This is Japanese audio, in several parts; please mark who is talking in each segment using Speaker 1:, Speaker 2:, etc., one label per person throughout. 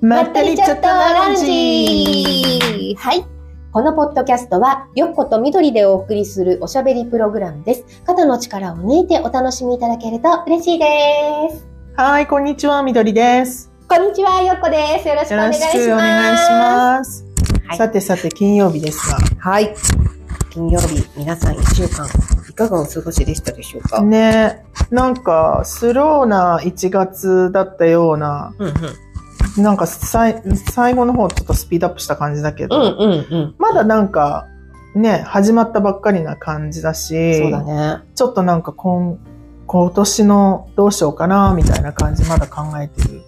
Speaker 1: ま
Speaker 2: ま
Speaker 1: ったりちょっとランジ
Speaker 2: はい。このポッドキャストは、よっことみどりでお送りするおしゃべりプログラムです。肩の力を抜いてお楽しみいただけると嬉しいです。
Speaker 1: はい、こんにちは、みどりです。
Speaker 2: こんにちは、よっこです。よろしくお
Speaker 1: よろ
Speaker 2: 願い
Speaker 1: し
Speaker 2: します。
Speaker 1: くお願いします。
Speaker 2: はい
Speaker 1: さてさて、金曜日です
Speaker 2: はい。金曜日、皆さん1週間、いかがお過ごしでしたでしょうか
Speaker 1: が。ね、なんか、スローな1月だったような、
Speaker 2: うんうん。
Speaker 1: なんかさい最後の方ちょっとスピードアップした感じだけど、
Speaker 2: うんうん
Speaker 1: まだなんか、ね、始まったばっかりな感じだ
Speaker 2: うん。
Speaker 1: し、
Speaker 2: そうだね。
Speaker 1: ちょっとなんか今、今年のどうしようかな、みたいな感じ、まだ考えてる。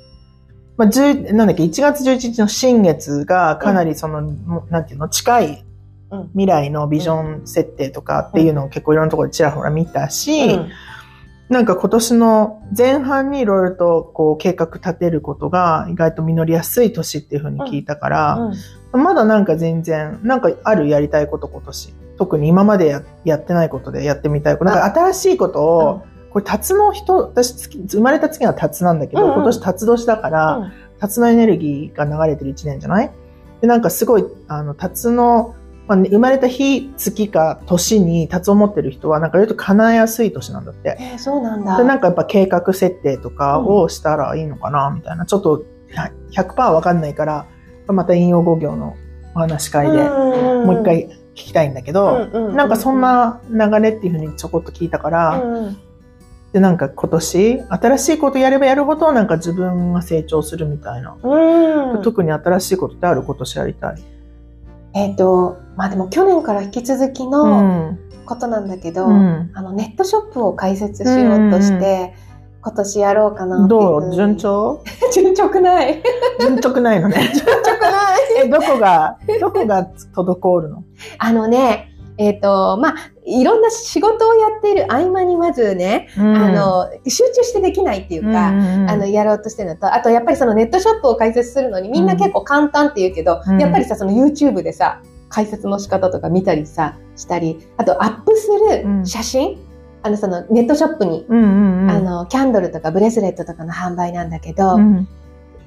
Speaker 1: まあ、十なんだっけ、1月11日の新月がかなりその、もうなんていうの、近い
Speaker 2: うん。
Speaker 1: 未来のビジョン設定とかっていうのを結構いろんなところでちらほら見たし、
Speaker 2: うん
Speaker 1: なんか今年の前半にいろいろとこう計画立てることが意外と実りやすい年っていうふうに聞いたから、まだなんか全然、なんかあるやりたいこと今年。特に今までややってないことでやってみたいこと。なんか新しいことを、これ、辰の人、私月、生まれた月が辰なんだけど、
Speaker 2: うんうん
Speaker 1: 今年辰年だから、
Speaker 2: うん
Speaker 1: 辰のエネルギーが流れてる一年じゃないで、なんかすごい、あの、辰の、まあね生まれた日、月か年に辰を持ってる人は、なんか割と叶えやすい年なんだって。
Speaker 2: えーそうなんだ。
Speaker 1: で、なんかやっぱ計画設定とかをしたらいいのかな、みたいな。ちょっとは100%わかんないから、また引用語行のお話し会で
Speaker 2: うん
Speaker 1: もう一、回聞きたいんだけど、
Speaker 2: う
Speaker 1: なんかそん、な流れっていうふうにちょこっと聞いたか
Speaker 2: う
Speaker 1: ら、
Speaker 2: んうん
Speaker 1: で、なんか今年、新しいことやればやるほど、なんか自分が成長するみたいな。
Speaker 2: うん、
Speaker 1: 特に新しいことってある今年やりたい。
Speaker 2: えっ、とまあでも去年から引き続き
Speaker 1: う
Speaker 2: の
Speaker 1: ん。
Speaker 2: ことなんだけど、
Speaker 1: うん
Speaker 2: あのネットショップを開設しようとして、
Speaker 1: うんう
Speaker 2: 今年やろうかなっていう
Speaker 1: どう順調
Speaker 2: 順調くない
Speaker 1: 順調くないのね。
Speaker 2: 順調くない
Speaker 1: え、どこが、どこが滞るの
Speaker 2: あのねえっ、とまあいろんな仕事をやっている合間にまずね、あの集中してできないっていう
Speaker 1: うん、
Speaker 2: か、
Speaker 1: うん
Speaker 2: あの、やろうとしてるのとあとやっぱりそのネットショップを開設するのにみんな結構簡単って言うけど、
Speaker 1: うん
Speaker 2: やっぱりさその YouTube でさ解説の仕方とか見たりさしたりあとアップす
Speaker 1: うん
Speaker 2: る写真、あのそのネットショップに、
Speaker 1: うんうんうん、
Speaker 2: あのキャンドルとかブレスレットとかの販売なんだけど、
Speaker 1: うん、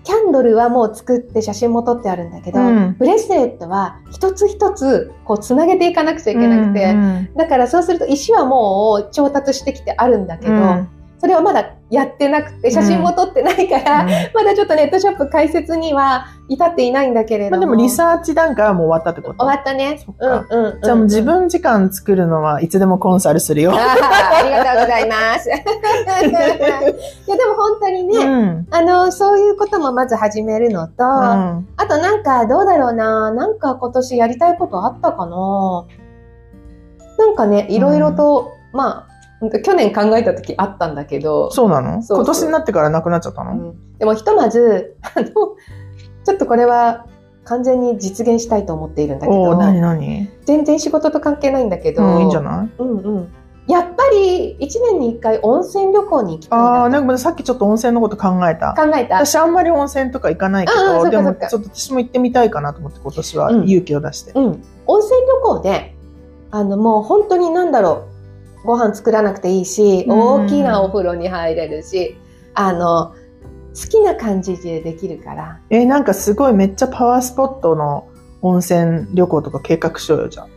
Speaker 2: キャンドルはもう作って写真も撮ってあるんだけど、
Speaker 1: うん
Speaker 2: ブレスレットは一つ一つこうつなげていかなくちゃいけなくて、
Speaker 1: うん
Speaker 2: だからそうすると石はもう調達してきてあるんだけど、
Speaker 1: うん
Speaker 2: それはまだやってなくて写真も撮ってないから、まだちょっとネットショップ開設には至っていないんだけれ
Speaker 1: ま
Speaker 2: ど
Speaker 1: あ、
Speaker 2: も。
Speaker 1: でもリサーチ段階はもう終わったってこと
Speaker 2: 終わったね
Speaker 1: そっ。か
Speaker 2: うんうんうん。
Speaker 1: じゃあもう自分時間作るのはいつでもコンサルする
Speaker 2: あ
Speaker 1: よ。
Speaker 2: ー。ありがとうございます。 いやでも本当にね、
Speaker 1: うん
Speaker 2: あの、そういうこともまず始めるのと、あ
Speaker 1: うん
Speaker 2: となんかどうだろうな、なんか今年やりたいことあったかな。なんかね、いろいろと、まあ、ほんと去年考えた時あったんだけど、
Speaker 1: そうなの
Speaker 2: そうそう
Speaker 1: 今年になってからなくなっちゃったの、
Speaker 2: うんでもひとまずあのちょっとこれは完全に実現したいと思っているんだけ
Speaker 1: おお
Speaker 2: ど
Speaker 1: なになに
Speaker 2: 全然仕事と関係ないんだけど、
Speaker 1: うんいいんじゃない
Speaker 2: うんうんやっぱり1年に1回温泉旅行に行きたい
Speaker 1: ああ
Speaker 2: な
Speaker 1: なんかさっきちょっと温泉のこと考えた。
Speaker 2: と考えた。
Speaker 1: 私あんまり温泉とか行かないけ
Speaker 2: あーそ
Speaker 1: ど、で
Speaker 2: っかそ
Speaker 1: も
Speaker 2: っか
Speaker 1: ちょっと私も行ってみたいかなと思って今年は
Speaker 2: うん
Speaker 1: 勇気を出して。
Speaker 2: うん、温泉旅行であのもう本当に何だろうご飯作らなくていいし
Speaker 1: うん
Speaker 2: 大きなお風呂に入れるし、あの好きな感じでできるから。
Speaker 1: えーなんかすごいめっちゃパワースポットの温泉旅行とか計画しようよ、じゃあ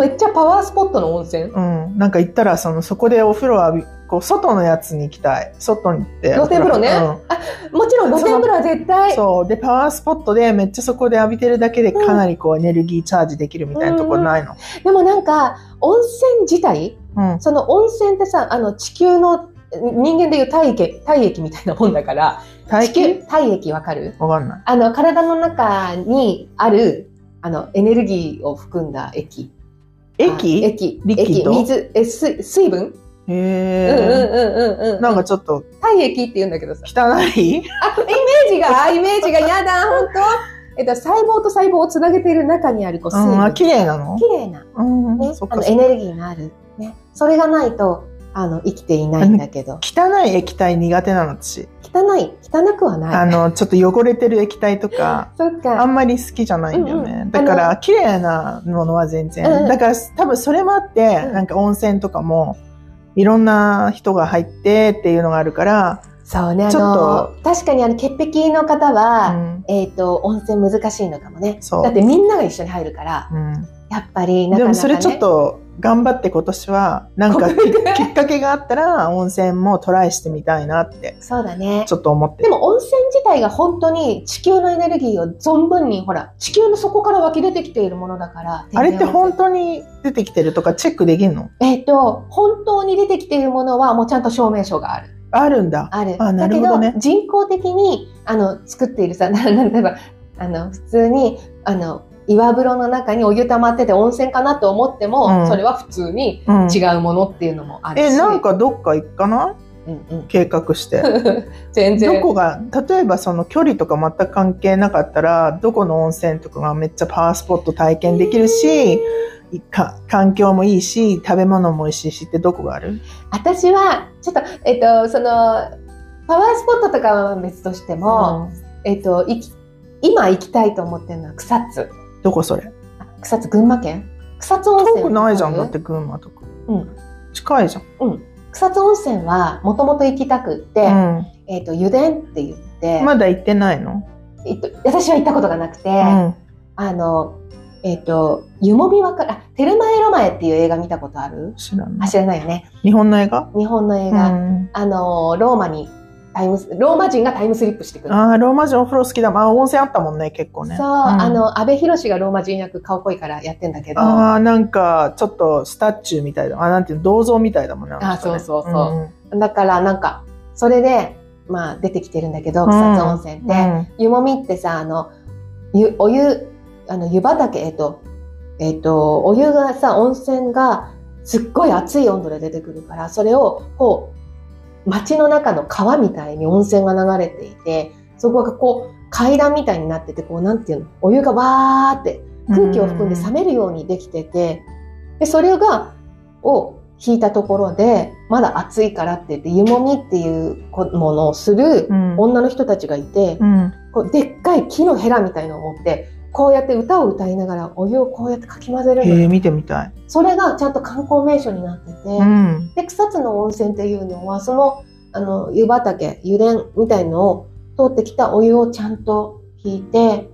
Speaker 2: めっちゃパワースポットの温泉
Speaker 1: うん、なんか行ったらそのそこでお風呂浴びこう外のやつに行きたい外に行って
Speaker 2: 露天風呂ね
Speaker 1: うん
Speaker 2: もちろん露天風呂は絶対
Speaker 1: そうでパワースポットでめっちゃそこで浴びてるだけでかなりこうエネルギーチャージできるみたいなとこないの、
Speaker 2: でもなんか温泉自体
Speaker 1: うん
Speaker 2: その温泉ってさあの地球の人間でいう体液体液みたいなもんだから
Speaker 1: 体
Speaker 2: 地
Speaker 1: 験
Speaker 2: 球体液わかる
Speaker 1: わかんない
Speaker 2: あの体の中にあるあのエネルギーを含んだ液
Speaker 1: 駅
Speaker 2: あ
Speaker 1: へ
Speaker 2: 液
Speaker 1: リキッ
Speaker 2: 液
Speaker 1: ド
Speaker 2: 水え水水分、うんうん
Speaker 1: え、
Speaker 2: うんうんうん
Speaker 1: なんかちょっと
Speaker 2: 体液って言うんだけどさ
Speaker 1: 汚い
Speaker 2: あイメージ があイメージがやだ本当えっと細胞と細胞をつなげている中にあるこう
Speaker 1: う
Speaker 2: 水
Speaker 1: んあ
Speaker 2: 分
Speaker 1: 綺麗なの
Speaker 2: 綺麗な
Speaker 1: うん、
Speaker 2: ね、
Speaker 1: そっ
Speaker 2: あ
Speaker 1: か
Speaker 2: のエネルギーがある、ね、それがないとあの生きていないんだけど
Speaker 1: 汚い液体苦手なの私、
Speaker 2: 汚い汚くは
Speaker 1: あ
Speaker 2: ない
Speaker 1: のちょっと汚れてる液体とか
Speaker 2: そっ
Speaker 1: あ
Speaker 2: か
Speaker 1: んまり好きじゃないんだよね。
Speaker 2: うんうん
Speaker 1: だから、綺麗なものは全然。
Speaker 2: うんうん
Speaker 1: だから、多分それもあって、
Speaker 2: うん
Speaker 1: なんか温泉とかも、いろんな人が入ってっていうのがあるから、
Speaker 2: そうね、あ
Speaker 1: ちょっ
Speaker 2: の、確かにあの、潔癖の方
Speaker 1: う
Speaker 2: は、
Speaker 1: ん
Speaker 2: えっ、と、温泉難しいのかもね。
Speaker 1: そう
Speaker 2: だってみんなが一緒に入るから、
Speaker 1: うん
Speaker 2: やっぱりな
Speaker 1: で
Speaker 2: かなか、
Speaker 1: もそ
Speaker 2: ね、
Speaker 1: れちょっと頑張って今年はなんかききっかけがあったら温泉もトライしてみたいなって
Speaker 2: そうだね。
Speaker 1: ちょっと思って
Speaker 2: で
Speaker 1: る
Speaker 2: も温泉自体が本当に地球のエネルギーを存分に、ほら、地球の底から湧き出てきているものだから。
Speaker 1: あれって本
Speaker 2: 当
Speaker 1: 当に出てきてるとかチェックできるの
Speaker 2: えっ、と、本当に出てきているものはもうちゃんと証明書がある。
Speaker 1: あるんだ
Speaker 2: ある。
Speaker 1: あなるほどね
Speaker 2: だけど、人工的に、あの、作っているさ、 な、な、例えば、あの、普通に、あの、岩風呂の中にお湯溜まってて温泉かなと思っても、
Speaker 1: うん
Speaker 2: それは普通に
Speaker 1: うん
Speaker 2: 違うものっていうのもあるし。
Speaker 1: えなん、かどっか行かない
Speaker 2: うんうん、
Speaker 1: 計画して
Speaker 2: 全然。
Speaker 1: どこが例えばその距離とか全く関係なかったらどこの温泉とかがめっちゃパワースポット体験できるし、いか環境もいいし食べ物も美味しいしってどこがある
Speaker 2: 私はちょっとえっとそのパワースポットとかは別としても、えっといき今行きたいと思ってるのは草津
Speaker 1: どこそれ
Speaker 2: あ草津群馬県草津温
Speaker 1: 遠く
Speaker 2: 泉
Speaker 1: ないじゃんだ
Speaker 2: わ
Speaker 1: っ
Speaker 2: かる
Speaker 1: て群馬とか、
Speaker 2: うん
Speaker 1: 近いじゃん、
Speaker 2: 草津温泉はもともと行きたくって、
Speaker 1: う
Speaker 2: えっと油田って言って、
Speaker 1: ん、まだ行ってないの、
Speaker 2: えっと、私は行ったことがなくて、
Speaker 1: うん
Speaker 2: あのえっと湯もみわかるあテルマエロマエっていう映画見たことある
Speaker 1: 知らな
Speaker 2: あ
Speaker 1: い
Speaker 2: 知らないよね
Speaker 1: 日本の映画、
Speaker 2: 日本の映
Speaker 1: う
Speaker 2: 画、
Speaker 1: ん、
Speaker 2: あのローマにタイムスローマ人がタイムスリップしてくる
Speaker 1: あーローマ人お風呂好きだもんあー温泉あったもんね結構ね
Speaker 2: そう、
Speaker 1: ん
Speaker 2: あの、安倍博がローマ人役顔濃いからやってんだけど、
Speaker 1: あーなんかちょっとスタチューみたいだあなんていうの銅像みたいだもんね
Speaker 2: あそうそうそう
Speaker 1: うん
Speaker 2: だからなんか、それで、まあ出てきてるんだけど、
Speaker 1: うん
Speaker 2: 草津温泉って、
Speaker 1: うん
Speaker 2: 湯もみってさ、あの、湯、お湯、あの、湯畑、えっと、えっと、お湯がさ、温泉がすっごい熱い温度で出てくるから、それをこう、街の中の川みたいに温泉が流れていて、そこがこう、階段みたいになってて、こう、なんていうの、お湯がわーって空気を含んで冷めるようにできてて、でそれがを引いたところでまだ暑いからって言って湯もみっていうこものをする
Speaker 1: うん
Speaker 2: 女の人たちがいて、
Speaker 1: うん
Speaker 2: こうでっかい木のヘラみたいのを持ってこうやって歌を歌いながらお湯をこうやってかき混ぜる
Speaker 1: へ
Speaker 2: の、
Speaker 1: え見てみたい、
Speaker 2: それがちゃんと観光名所になってて、
Speaker 1: うん
Speaker 2: で草津の温泉っていうのはそのあの湯畑湯田みたいのを通ってきたお湯をちゃんと引いて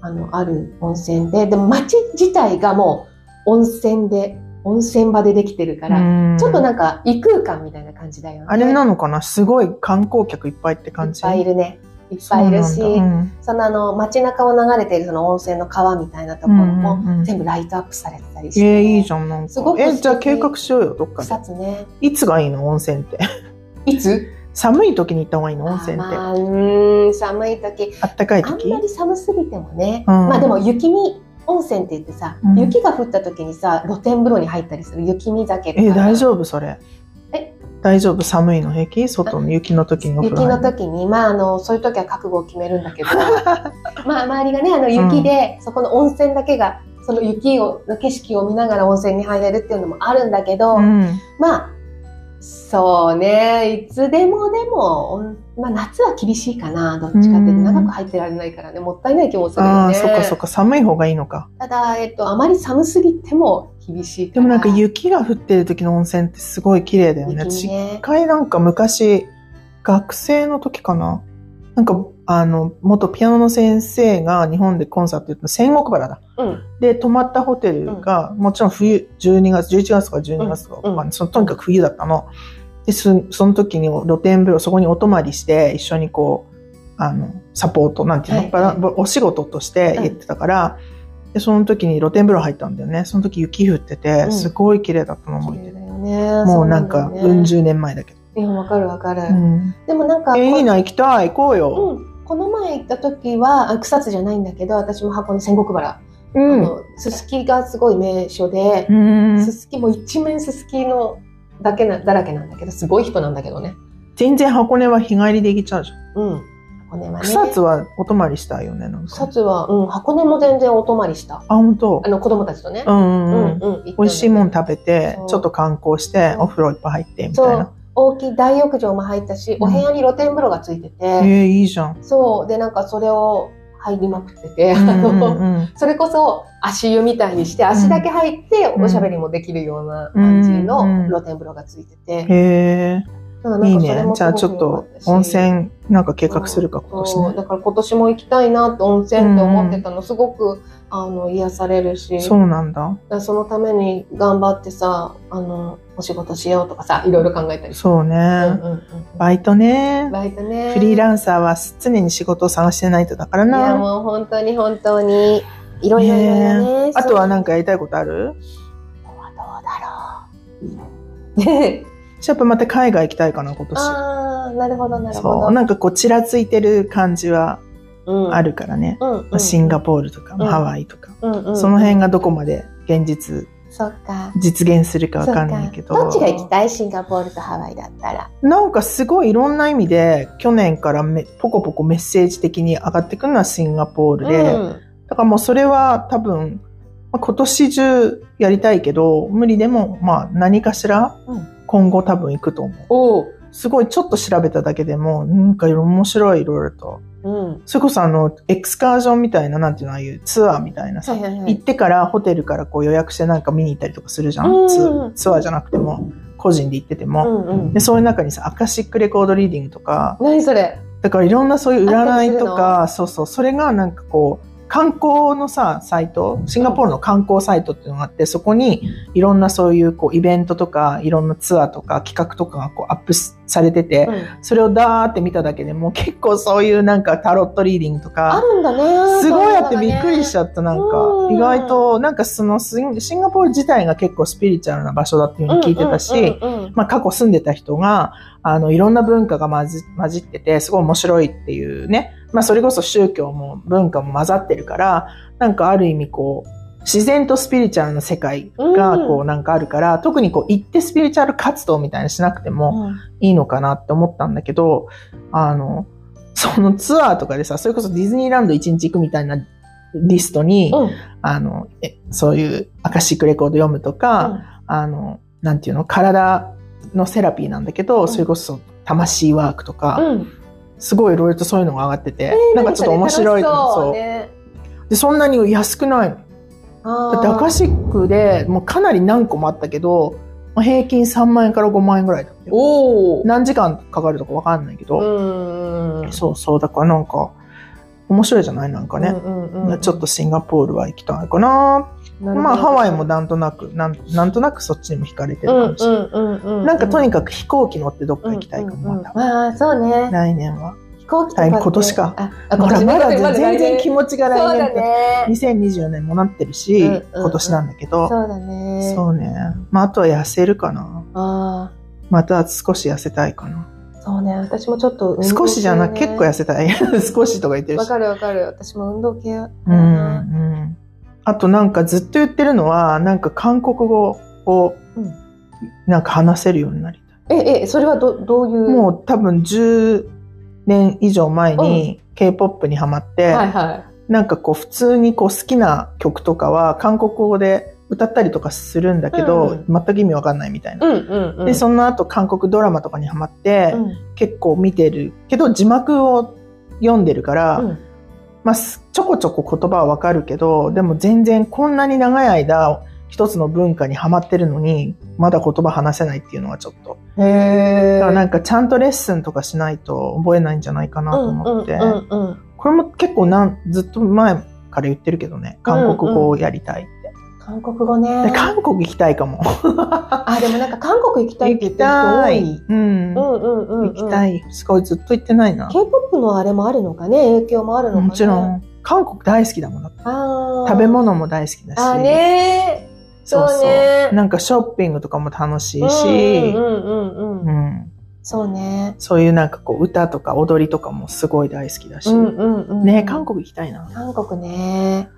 Speaker 2: あのある温泉ででも町自体がもう温泉で温泉場でできてるから、
Speaker 1: うん
Speaker 2: ちょっとなんか異空間みたいな感じだよね
Speaker 1: あれ
Speaker 2: い
Speaker 1: な
Speaker 2: っ
Speaker 1: のかなすごい観光客いっぱいって感じ
Speaker 2: ぱいいるねいっぱいいるし
Speaker 1: そう
Speaker 2: そ,、
Speaker 1: なんだ
Speaker 2: のあの街中を流れているその温泉の川みたいなとこ
Speaker 1: う
Speaker 2: ろ
Speaker 1: ん
Speaker 2: も
Speaker 1: うんうんうん
Speaker 2: 全部ライトアップされてたりして、
Speaker 1: えー、いいじゃんなんか
Speaker 2: すごく素
Speaker 1: え
Speaker 2: 敵
Speaker 1: じゃあ計画しようよどっかで
Speaker 2: 草津ね
Speaker 1: いつがいいの温泉って
Speaker 2: いつ
Speaker 1: 寒い時に行った方がいいの温泉って
Speaker 2: あーまあうーん寒い時
Speaker 1: あったかい
Speaker 2: あん
Speaker 1: 時
Speaker 2: まり寒すぎてもね、
Speaker 1: うん
Speaker 2: まあでも雪見温泉って言ってさ、
Speaker 1: うん
Speaker 2: 雪が降った時にさ露天風呂に入ったりする雪見酒
Speaker 1: え大
Speaker 2: 夫
Speaker 1: 丈夫それ
Speaker 2: え
Speaker 1: 大丈夫寒いの平気外の雪の時にお風呂
Speaker 2: 雪の
Speaker 1: 入る
Speaker 2: 時にまああのそういう時は覚悟を決めるんだ けどまあ周りがねあの雪で、そこの温泉だけがその雪をの景色を見ながら温泉に入れるっていうのもあるんだけど、
Speaker 1: うん
Speaker 2: まあそうねいつでもでも、温まあ、夏は厳しいかなどっちかっていうと
Speaker 1: うん
Speaker 2: 長く入ってられないからねもったいない気もする
Speaker 1: あ
Speaker 2: よ
Speaker 1: あ
Speaker 2: ね。
Speaker 1: そっかそっか寒い方がいいのか
Speaker 2: ただ、えっと、あまり寒すぎても厳しい
Speaker 1: でもなんか雪が降ってる時の温泉ってすごい綺麗だよね
Speaker 2: 雪
Speaker 1: 私一
Speaker 2: ね。
Speaker 1: 回なんか昔学生の時かななんかあの元ピアノの先生が日本でコンサートやった戦国原だ
Speaker 2: うん。
Speaker 1: で泊まったホテルが、もちろん冬12月11月とか12月とか、
Speaker 2: うん
Speaker 1: まあ、そのとにかく冬だったのですその時に露天風呂そこにお泊まりして一緒にこうあのサポートなんていうの、
Speaker 2: はい
Speaker 1: バラお仕事としてやってたから、でその時に露天風呂入ったんだよねその時雪降ってて
Speaker 2: うん
Speaker 1: すごい綺麗だったの思い
Speaker 2: 綺
Speaker 1: 出、
Speaker 2: 麗だよね。
Speaker 1: もうなんか
Speaker 2: そうだよ
Speaker 1: うん
Speaker 2: ね
Speaker 1: 十年前だけど、
Speaker 2: いや、わかるわかる。
Speaker 1: うん
Speaker 2: でもなんか、
Speaker 1: えいいな行きたい行こう
Speaker 2: こ
Speaker 1: よ、
Speaker 2: うん。この前行った時は、あ草津じゃないんだけど、私も箱根仙石原。
Speaker 1: う
Speaker 2: あ
Speaker 1: ん
Speaker 2: のすすきがすごい名所で、
Speaker 1: うん
Speaker 2: すすきも一面すすきのだけな、だらけなんだけど、すごい人なんだけどね。
Speaker 1: 全然箱根は日帰りで行けちゃうじゃん
Speaker 2: うん。箱根はね。
Speaker 1: 草津はお泊まりしたいよねなんか
Speaker 2: 草津は、うん、箱根も全然お泊まりした。
Speaker 1: あ、本当
Speaker 2: あ。の、子供たちとね
Speaker 1: う。んうんうん。
Speaker 2: うん。美
Speaker 1: 美味しいもん食べて
Speaker 2: そう、
Speaker 1: ちょっと観光して
Speaker 2: う、ん
Speaker 1: お風呂いっぱい入って、みたい
Speaker 2: そう
Speaker 1: な。
Speaker 2: 大きい大浴場も入ったし、
Speaker 1: ん
Speaker 2: お部屋に露天風呂がついてて、
Speaker 1: えー、いいじゃん。
Speaker 2: そうでなんかそれを入りまくってて、
Speaker 1: うん
Speaker 2: あ
Speaker 1: う
Speaker 2: の
Speaker 1: んうん
Speaker 2: それこそ足湯みたいにして足だけ入っておしゃべりもできるような感じの露天風呂がついてて、
Speaker 1: へえ。
Speaker 2: から
Speaker 1: いい
Speaker 2: それ
Speaker 1: ね
Speaker 2: も。
Speaker 1: じゃあちょっと
Speaker 2: すご
Speaker 1: 温
Speaker 2: く良かたし
Speaker 1: 泉なんか計画するか今年
Speaker 2: そう
Speaker 1: ね。
Speaker 2: だから今年も行きたいなと温泉って思ってたの、すごくあの癒されるし
Speaker 1: そうなんだ。
Speaker 2: だからそのために頑張ってさあのお仕事しようとかさいろいろ考えたりして、
Speaker 1: そう
Speaker 2: うん
Speaker 1: ね。
Speaker 2: うんうん
Speaker 1: バイトね。
Speaker 2: バイトね
Speaker 1: フリーランサーは常に仕事を探してないとだから
Speaker 2: いや
Speaker 1: な。
Speaker 2: もう本当に本当にいろいろいろいろね
Speaker 1: あとはなん
Speaker 2: か
Speaker 1: かやりたいことある
Speaker 2: どうだろう
Speaker 1: 私やっぱまた海外行きたいかな、今年。
Speaker 2: ああなるほどなる
Speaker 1: そ
Speaker 2: ほ
Speaker 1: う。
Speaker 2: ど
Speaker 1: なんかこう、ちらついてる感じはあ、るからね。
Speaker 2: うんうんうん、
Speaker 1: シンガポールとか、
Speaker 2: うん
Speaker 1: ハワイとか、
Speaker 2: うんうんうん
Speaker 1: その辺がどこまで現実、
Speaker 2: そっか
Speaker 1: 実現するかわかんないけど。
Speaker 2: そうかどっちが行きたいシンガポールとハワイだったら
Speaker 1: なんかすごいいろんな意味で、去年からめポコポコメッセージ的に上がってくるのはシンガポールで、
Speaker 2: うん
Speaker 1: だからもうそれは多分、まあ今年中やりたいけど、無理でも、まあ何かしら
Speaker 2: うん
Speaker 1: 今後多分行くと思う。
Speaker 2: おう
Speaker 1: すごいちょっと調べただけでも、なんか面白いいろいろと。
Speaker 2: うん
Speaker 1: それこそあの、エクスカージョンみたいな、なんていうの、ああいうツアーみたいなさ、
Speaker 2: はいはいは
Speaker 1: 行っ
Speaker 2: い
Speaker 1: てからホテルからこう予約してなんか見に行ったりとかするじゃん、
Speaker 2: うん
Speaker 1: ツツアーじゃなくても個人で行ってて
Speaker 2: う
Speaker 1: も、
Speaker 2: んうん
Speaker 1: でそういう中にさアカシックレコードリーディングとか
Speaker 2: 何それ
Speaker 1: だからいろんなそういう占いと
Speaker 2: あ
Speaker 1: かそうそうそれがなんかこう観光のさサイトシンガポールの観光サイトっていうのがあってそこにいろんなそういうこうイベントとかいろんなツアーとか企画とかがこうアップしされてて、
Speaker 2: うん
Speaker 1: それをダーって見ただけでもう結構そういうなんかタロットリーディングとか
Speaker 2: あるんだね
Speaker 1: すごいあってびっくりしち
Speaker 2: ゃ
Speaker 1: ゃった、なんか
Speaker 2: う。ん
Speaker 1: 意外と、なんかそのシンシンガポール自体が結構スピリチュアルな場所だっていうふうに聞いてたし、まあ過去住んでた人が、あの、いろんな文化が混じ混じってて、すごい面白いっていうね。まあそれこそ宗教も文化も混ざってるから、なんかある意味こう、自然とスピリチュアルな世界が
Speaker 2: うん
Speaker 1: こうなんかあるから、特にこう行ってスピリチュアル活動みたいにしなくても、いいのかなって思ったんだけど、あの、そのツアーとかでさ、それこそディズニーランド1日行くみたいなリストに、あの、えそういうアカシックレコード読むとか、あの、なんていうの、体のセラピーなんだけど、
Speaker 2: ん
Speaker 1: それこそ魂ワークとか、
Speaker 2: うん
Speaker 1: すごいいろいろとそういうのが上がってて、なんかちょっと面白い
Speaker 2: そ
Speaker 1: の
Speaker 2: れ楽しそう
Speaker 1: そ
Speaker 2: ね
Speaker 1: うで、そんなに安くないの。
Speaker 2: あ
Speaker 1: だってアカシックでもうかなり何個もあったけど、まあ平均3万円から5万円ぐらいだったよ
Speaker 2: おお
Speaker 1: 何時間かかるとかわかんないけど、
Speaker 2: うん
Speaker 1: そうそう、だからなんか、面白いじゃないなんかね。ちょっとシンガポールは行きたいかな。まあ、ハワイもなんとなくなん、なんとなくそっちにも惹かれてるかもしれない。なんかとに
Speaker 2: か
Speaker 1: かく飛行機乗ってどっか行きたいかも、また。
Speaker 2: ああそうね
Speaker 1: 来年は。
Speaker 2: 飛行機と
Speaker 1: 来
Speaker 2: か
Speaker 1: 年今年か
Speaker 2: ああ
Speaker 1: ほ
Speaker 2: 今
Speaker 1: ら、
Speaker 2: 年
Speaker 1: まだ
Speaker 2: まだ
Speaker 1: 全然気
Speaker 2: 持
Speaker 1: 持
Speaker 2: ち
Speaker 1: ちが
Speaker 2: そ
Speaker 1: 来年
Speaker 2: うだ
Speaker 1: って。
Speaker 2: ね
Speaker 1: 2024年もなってるし、
Speaker 2: うんうんうん
Speaker 1: 今年なんだけど。
Speaker 2: そうだね
Speaker 1: そうね。まあ、あとは痩せるかな。
Speaker 2: あ
Speaker 1: また少し痩せたいかな。
Speaker 2: あそうね私もちょっと運動系ね
Speaker 1: 少しじゃなく、結構痩せたい。 少しとか言ってるし
Speaker 2: わ。かるわかる私も運動系だ
Speaker 1: う
Speaker 2: なん
Speaker 1: うんあとなんかずっと言ってるのは、なんか韓国語を
Speaker 2: うん
Speaker 1: なんか話せるようになり
Speaker 2: ええそれはどどういう
Speaker 1: たい。もう多分10年以上前に K-POP にハマって、
Speaker 2: はいは
Speaker 1: なんかこう普通にこう好きな曲とかは韓国語で歌ったりとかするんだけど、
Speaker 2: う
Speaker 1: 全く意味わかんないみたい
Speaker 2: い
Speaker 1: な。
Speaker 2: うんうんうん
Speaker 1: で、その後韓国ドラマとかにハマって、
Speaker 2: うん
Speaker 1: 結構見てるけど字幕を読んでるから、
Speaker 2: うん
Speaker 1: まあ、すちょこちょこ言葉はわかるけど、でも全然こんなに長い間、一つの文化にはまってるのに、まだ言葉話せないっていうのはちょっと。
Speaker 2: へ
Speaker 1: だ
Speaker 2: え
Speaker 1: からなんかちゃんとレッスンとかしないと覚えないんじゃないかなと思って。
Speaker 2: うんうんうんうん
Speaker 1: これも結構なんずっと前から言ってるけどね。韓国語をやりたいって。
Speaker 2: 韓国語ね
Speaker 1: で韓国行きたいかも。
Speaker 2: あでもなんか韓国行きたいって言ってる
Speaker 1: 行
Speaker 2: 人
Speaker 1: きたうん。
Speaker 2: 多いうんうんうんう
Speaker 1: 行
Speaker 2: ん
Speaker 1: きたい。すごいずっと行ってないな。
Speaker 2: K-POP のあれもあるのかね影響もあるのかね
Speaker 1: もちろん。韓国大好きだもんだって。
Speaker 2: あー
Speaker 1: 食べ物も大好きだし。
Speaker 2: あね
Speaker 1: そう
Speaker 2: そうね
Speaker 1: そう。なんかショッピングとかも楽し
Speaker 2: ー
Speaker 1: いし
Speaker 2: う、んうんうんうん、
Speaker 1: う
Speaker 2: うん、
Speaker 1: ん
Speaker 2: そうね
Speaker 1: そういうなんかこう歌とか踊りとかもすごい大好きだし、
Speaker 2: うんう
Speaker 1: ね、韓国行きたいな。
Speaker 2: 韓国ね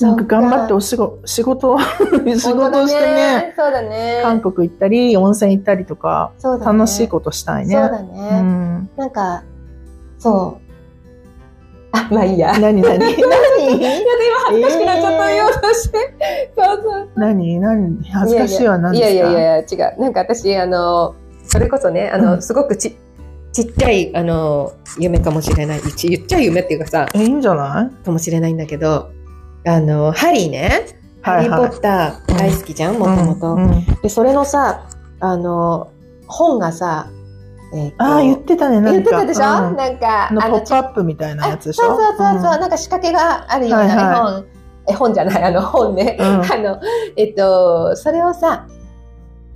Speaker 1: なんか頑張って
Speaker 2: お
Speaker 1: お仕事、 仕事を、仕事をしてね、
Speaker 2: そうだね
Speaker 1: 韓国行ったり、温泉行ったりとか、
Speaker 2: そうだね
Speaker 1: 楽しいことしたいね。
Speaker 2: そうだね、
Speaker 1: うん
Speaker 2: なんかそうあまあいいや
Speaker 1: 何 何
Speaker 2: いやで
Speaker 1: 何
Speaker 2: 今恥ずかしくなっちゃったよ、うとしてそうそう
Speaker 1: 何何恥ずかしいは何ですか
Speaker 2: いやいやいや違うなんか私あのそれこそねあの、
Speaker 1: うん
Speaker 2: すごくちちっちゃいあの夢かもしれないち言っちゃい夢っていうかさ
Speaker 1: えいいんじゃない
Speaker 2: かもしれないんだけどあのハリーね「ハ
Speaker 1: は
Speaker 2: リ
Speaker 1: い
Speaker 2: ー・
Speaker 1: は
Speaker 2: ポ
Speaker 1: い
Speaker 2: ッター」大好きじゃんもともと。
Speaker 1: うんうん
Speaker 2: でそれのさあの本がさえっと
Speaker 1: ああ、言ってたね、なんか。
Speaker 2: 言ってたでしょ、
Speaker 1: うん
Speaker 2: なんか、
Speaker 1: あの、ポッ
Speaker 2: ち
Speaker 1: プアップみたいなやつでしょ
Speaker 2: あそうそうそうそう、
Speaker 1: ん
Speaker 2: なんか仕掛けがあるような絵本、
Speaker 1: は
Speaker 2: 絵本じゃない、あの本ね。
Speaker 1: うん
Speaker 2: あの、えっと、それをさ、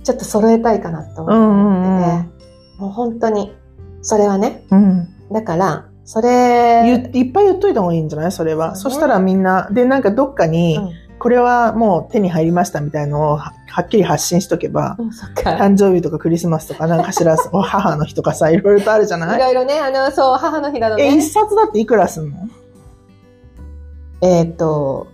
Speaker 2: ちょっと揃えたいかなと
Speaker 1: う
Speaker 2: 思っ
Speaker 1: ん
Speaker 2: て
Speaker 1: う
Speaker 2: ね
Speaker 1: ん。
Speaker 2: もう本当に、それはね。
Speaker 1: うん。
Speaker 2: だから、それ、
Speaker 1: 言いっぱい言っといた方がいいんじゃないそれは。そ
Speaker 2: そ
Speaker 1: う
Speaker 2: ね
Speaker 1: したらみんな、で、なんかどっかに、
Speaker 2: うん
Speaker 1: これはもう手に入りましたみたいのをははっきり発信しとけば、
Speaker 2: うんそっか。
Speaker 1: 誕生日とかクリスマスとかなんかし ら、お母の日とかさ、いろいろとあるじゃない
Speaker 2: いろいろね、あの、そう、母の日なの
Speaker 1: え、一
Speaker 2: ね。
Speaker 1: 冊だっていくらすんの
Speaker 2: えっと、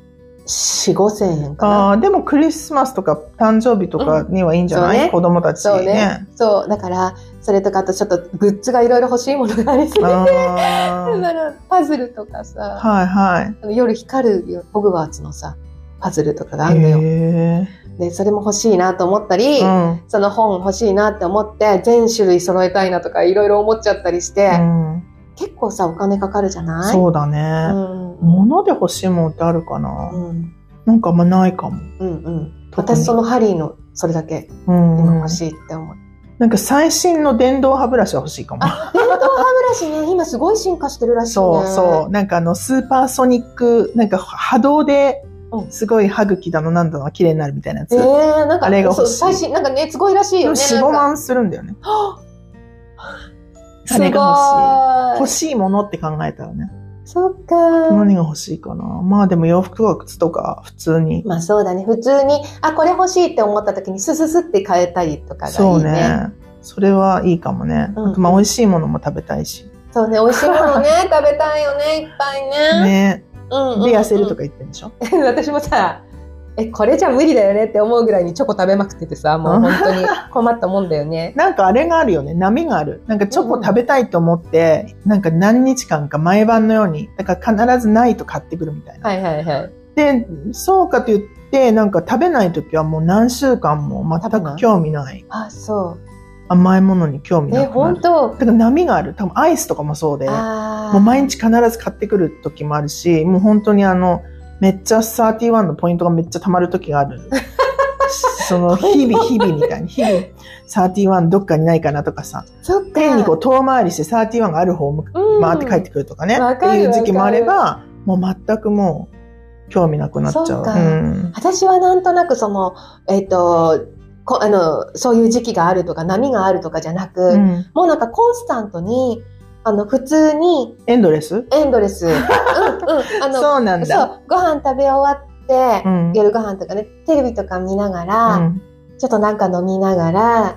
Speaker 2: 4、5千円かな。
Speaker 1: ああ、でもクリスマスとか誕生日とかにはいいんじゃない、
Speaker 2: うんそうね
Speaker 1: 子供たち
Speaker 2: そう
Speaker 1: に
Speaker 2: ね
Speaker 1: ね。
Speaker 2: そう、だから、それとか、あとちょっとグッズがいろいろ欲しいものがありすぎて、あ
Speaker 1: あ ー
Speaker 2: のパズルとかさ、
Speaker 1: はいはい。
Speaker 2: あの夜光るホグワーツのさ、パズルとかがあるのよ。
Speaker 1: へ
Speaker 2: で、それも欲しいなと思ったり、
Speaker 1: え。うん。
Speaker 2: その本欲しいなって思って、全種類揃えたいなとかいろいろ思っちゃったりして、
Speaker 1: うん。
Speaker 2: 結構さ、お金かかるじゃない
Speaker 1: そうだ
Speaker 2: う
Speaker 1: ね。
Speaker 2: ん。うん
Speaker 1: 物で欲しいものってあるかな、
Speaker 2: うん
Speaker 1: なんかあんまないかも。
Speaker 2: うん。
Speaker 1: 特に
Speaker 2: 私そのハリーのそれだけ
Speaker 1: うん
Speaker 2: 今欲しいって思う。
Speaker 1: なんか最新の電動歯ブラシは欲しいかも。
Speaker 2: 歯ブラシね、今すごい進化してるらしいね。
Speaker 1: そうそう。なんかあの、スーパーソニック、なんか波動で
Speaker 2: う、ん
Speaker 1: すごい歯茎だのなんだのが綺麗になるみたいなやつ。
Speaker 2: ええー、なんか、
Speaker 1: あれが欲
Speaker 2: そう
Speaker 1: しい
Speaker 2: 最新、なんかね、すごいらしい
Speaker 1: で
Speaker 2: よ
Speaker 1: も
Speaker 2: ね。
Speaker 1: 4、
Speaker 2: な
Speaker 1: 5
Speaker 2: んか
Speaker 1: 万するんだよね。
Speaker 2: すご
Speaker 1: 金が欲しい。
Speaker 2: い
Speaker 1: 欲。しいものって考えたらね。
Speaker 2: そっか。
Speaker 1: 何が欲しいかな。まあでも洋服とか靴とか普通に。
Speaker 2: まあそうだね。普通に、あ、これ欲しいって思った時にスススって変えたりとかが
Speaker 1: そ
Speaker 2: いういね。
Speaker 1: ね。それはいいかもね。
Speaker 2: うん
Speaker 1: あとまあ美味しいものも食べたいし。
Speaker 2: そうね。美味しいものね、 食べたいよね、いっぱいね。
Speaker 1: ね。
Speaker 2: うんうんうん
Speaker 1: で、痩せるとか言ってるんでしょ
Speaker 2: 私もさ、え、これじゃ無理だよねって思うぐらいにチョコ食べまくっててさ、もう本 当に困ったもんだよね。
Speaker 1: なんかあれがあるよね。波がある。なんかチョコ食べたいと思って、なんか何日間か毎晩のように。だから必ずないと買ってくるみたいな。
Speaker 2: はいはいはい。
Speaker 1: で、そうかと言って、なんか食べない時はもう何週間も全く興味ない。
Speaker 2: あ、そう。
Speaker 1: 甘いものに興味
Speaker 2: え、
Speaker 1: なくな
Speaker 2: 本
Speaker 1: る。だ
Speaker 2: 当
Speaker 1: から波がある。多分アイスとかもそうで。
Speaker 2: あー
Speaker 1: もう毎日必ず買ってくる時もあるし、もう本当にあの、めっちゃ31のポイントがめっちゃ溜まる時がある。 その、日々、日々みたいに、日々、31どっかにないかなとかさ、
Speaker 2: そっか。
Speaker 1: 変にこう遠回りして31がある方を向
Speaker 2: うん
Speaker 1: 回って帰ってくるとかね、
Speaker 2: わ
Speaker 1: って
Speaker 2: かる
Speaker 1: いう時期もあれば、もう全くもう、興味なくなっちゃ
Speaker 2: そう
Speaker 1: う。
Speaker 2: か
Speaker 1: うん
Speaker 2: 私はなんとなくその、えっ、と、こあの、そういう時期があるとか、波があるとかじゃなく、
Speaker 1: うん
Speaker 2: もうなんかコンスタントに、あの、普通に
Speaker 1: エンドレス
Speaker 2: エンドレ ス。うんうん。あの、
Speaker 1: そうなん
Speaker 2: そ
Speaker 1: だ。
Speaker 2: う、ご飯食べ終わって、
Speaker 1: うん
Speaker 2: 夜ご飯とかね、テレビとか見ながら、
Speaker 1: うん
Speaker 2: ちょっとなんか飲みながら、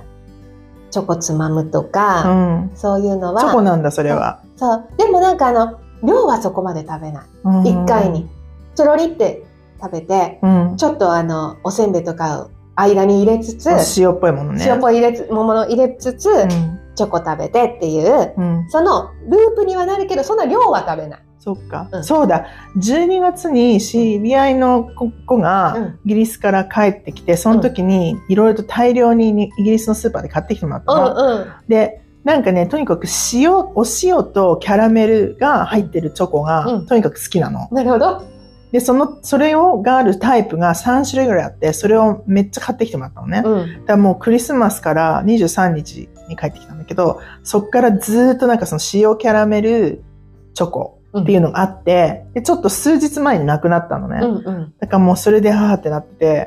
Speaker 2: チョコつまむとか、
Speaker 1: うん
Speaker 2: そういうの
Speaker 1: チョコ
Speaker 2: は、
Speaker 1: なんだ、それは。
Speaker 2: そう、でもなんかあの、量はそこまで食べない。
Speaker 1: うん
Speaker 2: 一回に。。ちょろりって食べて、
Speaker 1: うん
Speaker 2: ちょっとあの、おせんべいとかを間に入れつつ、
Speaker 1: 塩っぽいものね。
Speaker 2: 塩っぽい入れつ、桃の入れつつ、
Speaker 1: うん
Speaker 2: チョコ食べてっていう、
Speaker 1: うん、
Speaker 2: そのループにはなるけど、そんな量は食べない。
Speaker 1: そっか、
Speaker 2: うん
Speaker 1: そうだ12月に知り合いの子
Speaker 2: う
Speaker 1: が
Speaker 2: ん。
Speaker 1: イギリスから帰ってきてその時にいろいろと大量ににイギリスのスーパーで買ってきてもらった
Speaker 2: う
Speaker 1: の、
Speaker 2: んうん。
Speaker 1: でなんかねとにかく塩お塩とキャラメルが入ってるチョコが、
Speaker 2: うん
Speaker 1: とにかく好きなの
Speaker 2: なるほど。
Speaker 1: でそのそれをがあるタイプが3種類ぐらいあってそれをめっちゃ買ってきてもらったのね、
Speaker 2: うん。
Speaker 1: だからもうクリスマスから23日に帰ってきたんだけど、そっからずーっとなんかその塩キャラメルチョコっていうのがあって、で、ちょっと数日前になくなったのね。
Speaker 2: うんうん。
Speaker 1: だからもうそれで母ってなってて、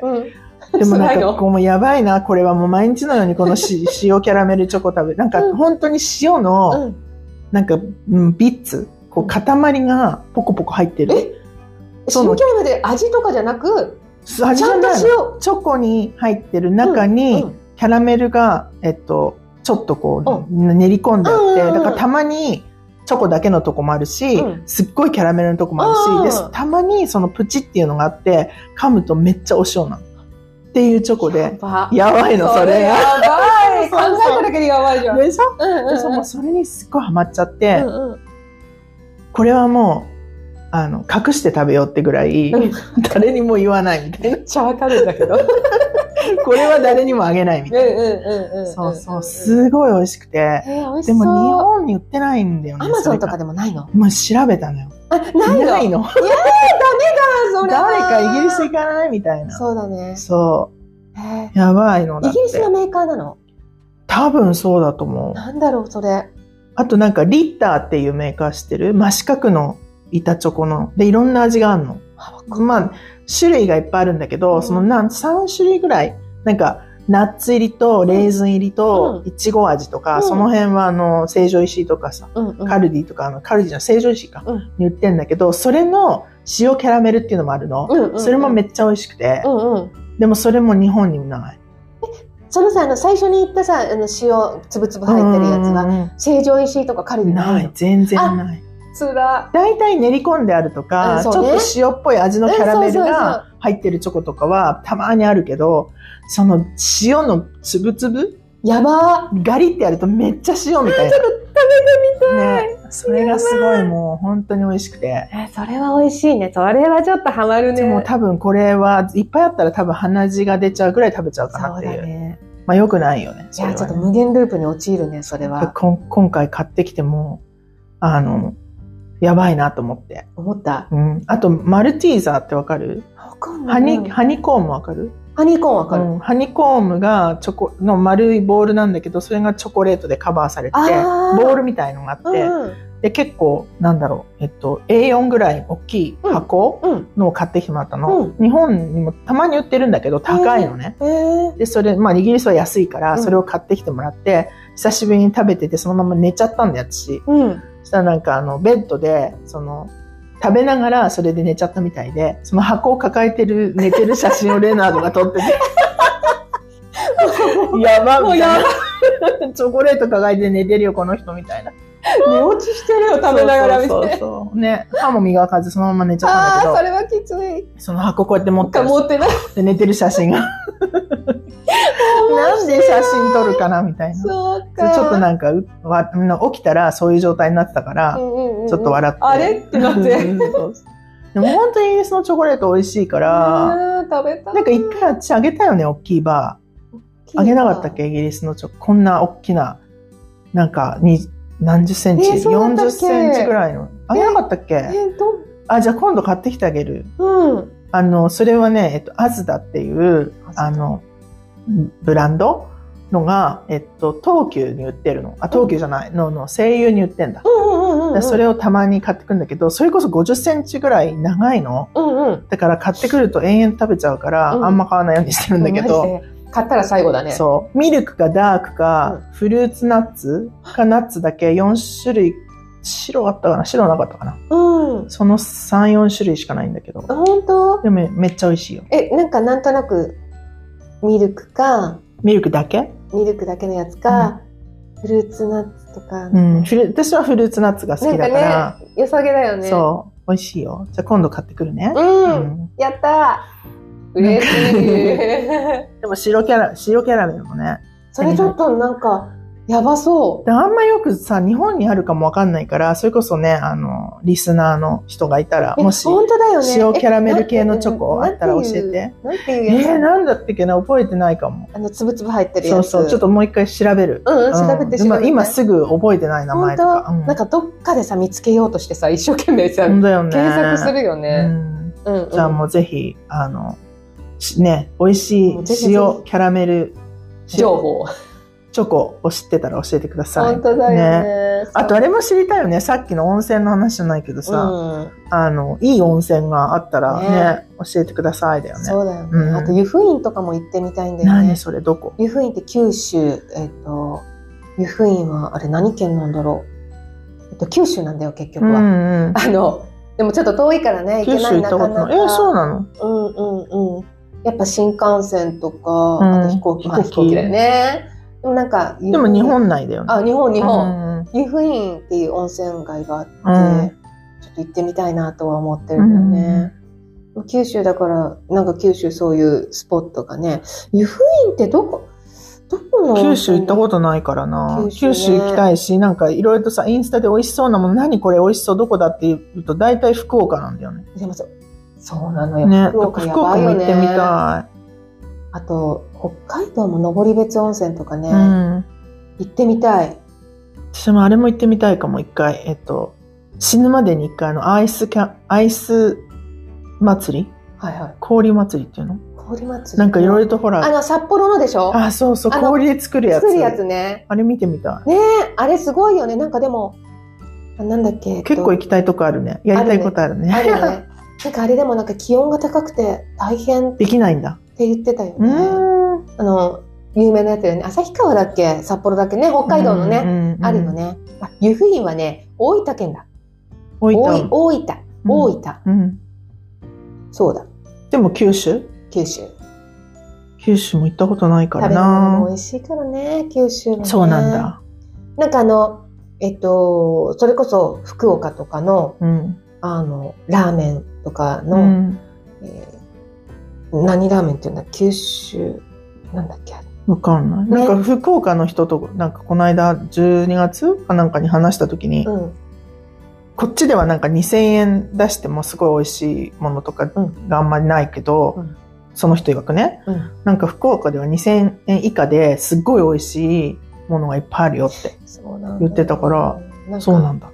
Speaker 2: うん。
Speaker 1: でもなん
Speaker 2: 辛い
Speaker 1: か
Speaker 2: の
Speaker 1: こうもうやばいな、これはもう毎日のようにこのし 塩キャラメルチョコ食べ、なんか
Speaker 2: うん
Speaker 1: 本当に塩の、
Speaker 2: うん。
Speaker 1: なんか、うんビッツ、こう塊がポコポコ入ってる。
Speaker 2: え
Speaker 1: その
Speaker 2: 新キャラメルで味とかじゃなく、
Speaker 1: す味
Speaker 2: ち
Speaker 1: じ
Speaker 2: ゃ
Speaker 1: ゃ
Speaker 2: んと
Speaker 1: ないの
Speaker 2: 塩。
Speaker 1: チョコに入ってる中に、
Speaker 2: うん
Speaker 1: キャラメルが、えっと、ちょっとこう、練り込んであって、
Speaker 2: うんうんうん
Speaker 1: だからたまにチョコだけのとこもあるし、
Speaker 2: うん
Speaker 1: すっごいキャラメルのとこもあるし、
Speaker 2: うん
Speaker 1: でたまにそのプチっていうのがあって、噛むとめっちゃお塩なの。っていうチョコ
Speaker 2: や
Speaker 1: で、
Speaker 2: ば
Speaker 1: やばいの、それ。
Speaker 2: やばい。考
Speaker 1: そうそう
Speaker 2: えただけでやばいじゃん。
Speaker 1: でしょ
Speaker 2: うんうん
Speaker 1: でそのそれにすっごいハマっちゃって、
Speaker 2: うんうん
Speaker 1: これはもう、あの、隠して食べようってぐらい、
Speaker 2: うん
Speaker 1: 誰にも言わないみたいな。
Speaker 2: めっちゃわかるんだけど。うん
Speaker 1: これは誰にもあげないみ
Speaker 2: う
Speaker 1: たいな。
Speaker 2: んうんうん。
Speaker 1: そうそう、
Speaker 2: い。
Speaker 1: すごい美味しくて。
Speaker 2: えー、美味しそ
Speaker 1: で
Speaker 2: う。
Speaker 1: も日本に売ってないんだよね。
Speaker 2: アマゾン
Speaker 1: そ
Speaker 2: と
Speaker 1: れが
Speaker 2: かでもないの
Speaker 1: もう調べたのよ。
Speaker 2: あ、ないの
Speaker 1: ないの。
Speaker 2: それは
Speaker 1: 誰かイギリス行かないみたいな。
Speaker 2: そうだね。
Speaker 1: そ
Speaker 2: へー
Speaker 1: う。やばいのだ
Speaker 2: イ
Speaker 1: っ
Speaker 2: ギ
Speaker 1: て。
Speaker 2: リスのメーカーなの
Speaker 1: 多分そうだと思う。
Speaker 2: なんだろう、それ。
Speaker 1: あとなんかリッターっていうメーカー知ってる真四角の板チョコの。で、いろんな味があるの。まあ、種類がいっぱいあるんだけど、
Speaker 2: うん
Speaker 1: そのなん3種類ぐらい、なんか、ナッツ入りと、レーズン入りと、
Speaker 2: うん
Speaker 1: いちご味とか、
Speaker 2: うん
Speaker 1: その辺はあの、成城石井とかさ、
Speaker 2: うんうん
Speaker 1: カルディとか、あの、カルディじゃない成城石井か、
Speaker 2: うん
Speaker 1: に売ってんだけど、それの塩キャラメルっていうのもあるの。
Speaker 2: うんうんうん
Speaker 1: それもめっちゃ美味しくて、
Speaker 2: うんうん。
Speaker 1: でもそれも日本にない。
Speaker 2: そのさ、あの、最初に言ったさ、あの、塩、つぶつぶ入ってるやつが、
Speaker 1: が。
Speaker 2: 成城石井とかカルディの
Speaker 1: ない、。全然ない。
Speaker 2: つら。
Speaker 1: 大体練り込んであるとか、
Speaker 2: うん
Speaker 1: ち
Speaker 2: そう
Speaker 1: ょっ
Speaker 2: ね
Speaker 1: と塩っぽい味のキャラメル
Speaker 2: うんそうそうそ
Speaker 1: が入ってるチョコとかはたまにあるけど、その塩のつぶつぶ
Speaker 2: やば
Speaker 1: ガリってやるとめっちゃ塩みたいな。ね、それがすごいもう本当に美味しくて。
Speaker 2: ーえそれは美味しいね。それはちょっとハマるね。
Speaker 1: でも多分これはいっぱいあったら多分鼻血が出ちゃうぐらい食べちゃうかな
Speaker 2: そ
Speaker 1: っ
Speaker 2: う
Speaker 1: てい
Speaker 2: だ
Speaker 1: う。
Speaker 2: ね。
Speaker 1: まあ良くないよね。
Speaker 2: い
Speaker 1: それは
Speaker 2: や、
Speaker 1: ね
Speaker 2: ちょっと無限ループに陥るね、それは。
Speaker 1: こん今回買ってきても、あの、やばいなと思って。
Speaker 2: 思った。
Speaker 1: うん。あと、マルティーザーってわかる
Speaker 2: わかん
Speaker 1: ハ
Speaker 2: ない
Speaker 1: ニ、ハニコームわかる
Speaker 2: ハニコーンわかる。
Speaker 1: うんハニコームがチョコの丸いボールなんだけどそれがチョコレートでカバーされてて
Speaker 2: あー
Speaker 1: ボールみたいのがあって、
Speaker 2: うん
Speaker 1: で結構なんだろう、えっと、A4 ぐらい大きい箱
Speaker 2: うん。
Speaker 1: のを買ってきてもらったの、
Speaker 2: う
Speaker 1: 日本にもたまに売ってるんだけど高いのね、
Speaker 2: えー、
Speaker 1: でそれまあイギリスは安いから
Speaker 2: うん
Speaker 1: それを買ってきてもらって、久しぶりに食べててそのまま寝ちゃったんだよ私
Speaker 2: うん。
Speaker 1: そしたらなんかあのベッドでその食べながらそれで寝ちゃったみたいでその箱を抱えてる寝てる写真をレナードが撮 っててやばみたいな チョコレート抱えて寝てるよこの人みたいな
Speaker 2: 寝落ちしてるよ、食べながら見て。
Speaker 1: そうそうそうそうね歯も磨かずそのまま寝ちゃったん
Speaker 2: ああー、
Speaker 1: だ
Speaker 2: そ
Speaker 1: け
Speaker 2: れはきつい。
Speaker 1: どその箱こうやって持ってる
Speaker 2: 持ってない。
Speaker 1: で寝てる写真が なんで写真撮るかなみたいな
Speaker 2: そう
Speaker 1: それ
Speaker 2: か。
Speaker 1: ちょっとなんかうわ起きたらそういう状態になってたから、
Speaker 2: うんうんうん、
Speaker 1: ちょっと笑って。
Speaker 2: あれってなって。
Speaker 1: うんそうそうでも本当にイギリスのチョコレート美味しいから、
Speaker 2: うん食べたい。
Speaker 1: なんか一回私あげたよね、大きいバー。あげなかったっけイギリスのチョコ。こんな大きな、なんかに、何十センチ、
Speaker 2: えーそうだったっけ
Speaker 1: ?40 センチぐらいの。あげなかったっ
Speaker 2: え
Speaker 1: け
Speaker 2: ー、ど
Speaker 1: あ、じゃあ今度買ってきてあげる。
Speaker 2: うん。
Speaker 1: あの、それはね、えっと、アズダっていう、あの、ブランドのが、えっと、東急に売ってるの。あ、東急じゃない。の、の、声優に売ってんだ。
Speaker 2: うんうんうん、う
Speaker 1: で
Speaker 2: ん。
Speaker 1: それをたまに買ってくんだけど、それこそ50センチぐらい長いの。
Speaker 2: うんうん。
Speaker 1: だから買ってくると延々食べちゃうから、
Speaker 2: うん
Speaker 1: あんま買わないようにしてるんだけど、
Speaker 2: マジで。買ったら最後だね。
Speaker 1: そう。ミルクかダークか、フルーツナッツかナッツだけ4種類、白あったかな白なかったかな
Speaker 2: う。うん。
Speaker 1: その3、4種類しかないんだけど。
Speaker 2: 本当
Speaker 1: でもめっちゃ美味しいよ。
Speaker 2: え、なんかなんとなく、ミルクか、
Speaker 1: ミルクだけ
Speaker 2: ミルクだけのやつか、フルーツナッツとか。
Speaker 1: うん。フル私はフルーツナッツが好きだから、
Speaker 2: なんかね、良さげだよね。
Speaker 1: そう。美味しいよ。じゃあ今度買ってくるね。
Speaker 2: うん。
Speaker 1: うん
Speaker 2: やったー嬉し い
Speaker 1: でも白キャラ、白キャラメルもね。
Speaker 2: それちょっとなんか、やばそ
Speaker 1: であんまよくさ、日本にあるかもわかんないから、それこそね、あの、リスナーの人がいたら、
Speaker 2: う。
Speaker 1: もし
Speaker 2: え、本当だよね。
Speaker 1: 塩
Speaker 2: え
Speaker 1: キャラメル系のチョコあったら教え。て。
Speaker 2: な
Speaker 1: え
Speaker 2: んていうなんていう
Speaker 1: ー、
Speaker 2: や
Speaker 1: なんだってっけな、覚えてないかも
Speaker 2: つ。あの、つぶつぶ入ってる
Speaker 1: そ
Speaker 2: や
Speaker 1: う
Speaker 2: つ。
Speaker 1: そう、ちょっ
Speaker 2: と。
Speaker 1: ともう一回調べる。
Speaker 2: うん、調べ
Speaker 1: うんで
Speaker 2: て調べ
Speaker 1: も
Speaker 2: て。
Speaker 1: 今すぐ覚えてない名
Speaker 2: 本
Speaker 1: 前とか。
Speaker 2: 当
Speaker 1: うん
Speaker 2: なんかどっかでさ、見つけようとしてさ、一生懸命さ、
Speaker 1: 本当だよね。
Speaker 2: 検索するよ
Speaker 1: う
Speaker 2: ね。
Speaker 1: ん
Speaker 2: うんうん。
Speaker 1: じゃあもうぜひ、あの、しね、美味しい
Speaker 2: もう
Speaker 1: 塩
Speaker 2: ぜひぜ
Speaker 1: キ
Speaker 2: ひ
Speaker 1: ャラメル塩
Speaker 2: 情報。
Speaker 1: チョコを知ってたら教えてください
Speaker 2: 本。当だよね。
Speaker 1: あとあれも知りたいよね。さっきの温泉の話じゃないけどさ、
Speaker 2: うん
Speaker 1: あの、いい温泉があったらね、
Speaker 2: ね
Speaker 1: 教えてくださいだよね。
Speaker 2: そうだよ
Speaker 1: うん
Speaker 2: ね。あと、湯布院とかも行ってみたいんだよね
Speaker 1: 何。それどこ
Speaker 2: 湯布院って九州、えっ、と、湯布院は、あれ何県なんだろう。えっと、九州なんだよ、結
Speaker 1: う
Speaker 2: 局は。
Speaker 1: んうん。
Speaker 2: あの、でもちょっと遠いからね、
Speaker 1: 九
Speaker 2: 行けな
Speaker 1: 州
Speaker 2: い
Speaker 1: 行っ
Speaker 2: な
Speaker 1: た
Speaker 2: か
Speaker 1: こと
Speaker 2: な
Speaker 1: な
Speaker 2: か。
Speaker 1: い。え、そうなの
Speaker 2: うんうんうん。やっぱ新幹線とか、
Speaker 1: うん
Speaker 2: あと飛行機、まあ
Speaker 1: 飛
Speaker 2: 飛
Speaker 1: 行
Speaker 2: 行
Speaker 1: 機
Speaker 2: 機だよね。でもなんか、で
Speaker 1: でも日。本内だよね。
Speaker 2: あ、日本、日本。
Speaker 1: 本。
Speaker 2: 湯布院っていう温泉街があって、
Speaker 1: うん
Speaker 2: ちょっと行ってみたいなとは思ってるんだよね。九州だから、なんか九州そういうスポットがね。湯布院ってどこ、どこの
Speaker 1: 九州行った
Speaker 2: と
Speaker 1: ことないからな。
Speaker 2: 九州
Speaker 1: 九
Speaker 2: ね
Speaker 1: 州行きたいし、なんかいろいろとさ、インスタで美味しそうなもの、何これ美味しそう、どこだって言うと、大体福岡なんだよね。
Speaker 2: でもそうそうなのよ。
Speaker 1: ね。
Speaker 2: 福岡や
Speaker 1: 福
Speaker 2: ば
Speaker 1: 岡
Speaker 2: い
Speaker 1: も
Speaker 2: よ
Speaker 1: 行ってみ
Speaker 2: ね。
Speaker 1: た
Speaker 2: あと、北海道も登別温泉とかね、
Speaker 1: い。うん。
Speaker 2: 行ってみたい。
Speaker 1: 私もあれも行ってみたいかも、一回。えっと、死ぬまでに一回あのアイスキャン、アイス祭り
Speaker 2: はいはい。
Speaker 1: 氷祭りっていうの
Speaker 2: 氷祭り。
Speaker 1: なんかいろいろとほ
Speaker 2: あ
Speaker 1: ら、
Speaker 2: の、札幌のでしょ
Speaker 1: あ、そうそう、
Speaker 2: あの
Speaker 1: 氷で作るやつ。
Speaker 2: 作るやつね。
Speaker 1: あれ見てみたい。
Speaker 2: ねえ、あれすごいよね。なんかでも、あなんだっけ。えっと
Speaker 1: 結構行きたいとこあるね。やりたいことあるね。
Speaker 2: あるよね。 なんかあれでもなんか気温が高くて大変っ て
Speaker 1: できないんだ。
Speaker 2: 言ってたよ
Speaker 1: う
Speaker 2: ね。
Speaker 1: ーん。
Speaker 2: あの、有名なやつだよね。旭川だっけ札幌だっけね北海道のね。
Speaker 1: ね
Speaker 2: あるよ。ね。あ、湯布院はね、大分県だ。
Speaker 1: 大
Speaker 2: 大
Speaker 1: 分
Speaker 2: 分。。大分。大分。
Speaker 1: うん。
Speaker 2: そうだ。
Speaker 1: でも九州
Speaker 2: 九州。食
Speaker 1: 九州も行ったことないか
Speaker 2: べ
Speaker 1: ら
Speaker 2: 物も美
Speaker 1: な。
Speaker 2: 味しいからね、九州も、ね。
Speaker 1: そうなん。だ。
Speaker 2: なんかあの、えっと、それこそ福岡とかの、
Speaker 1: うん。
Speaker 2: あの、ラーメンとか
Speaker 1: う
Speaker 2: の、
Speaker 1: ん。
Speaker 2: えー何ラーメンっていうんだ九州、なんだっけあれ
Speaker 1: わかんない。なん
Speaker 2: ね
Speaker 1: か福岡の人と、なんかこの間12月かなんかに話した時に、
Speaker 2: うん。
Speaker 1: こっちではなんか2000円出してもすごい美味しいものとか
Speaker 2: うん
Speaker 1: があんまりないけど、
Speaker 2: うん
Speaker 1: その人曰くね、
Speaker 2: うん
Speaker 1: なんか福岡では2000円以下ですっごい美味しいものがいっぱいあるよって。
Speaker 2: そうなんだ
Speaker 1: 言ってたから、
Speaker 2: なん
Speaker 1: そうな
Speaker 2: か
Speaker 1: んだ。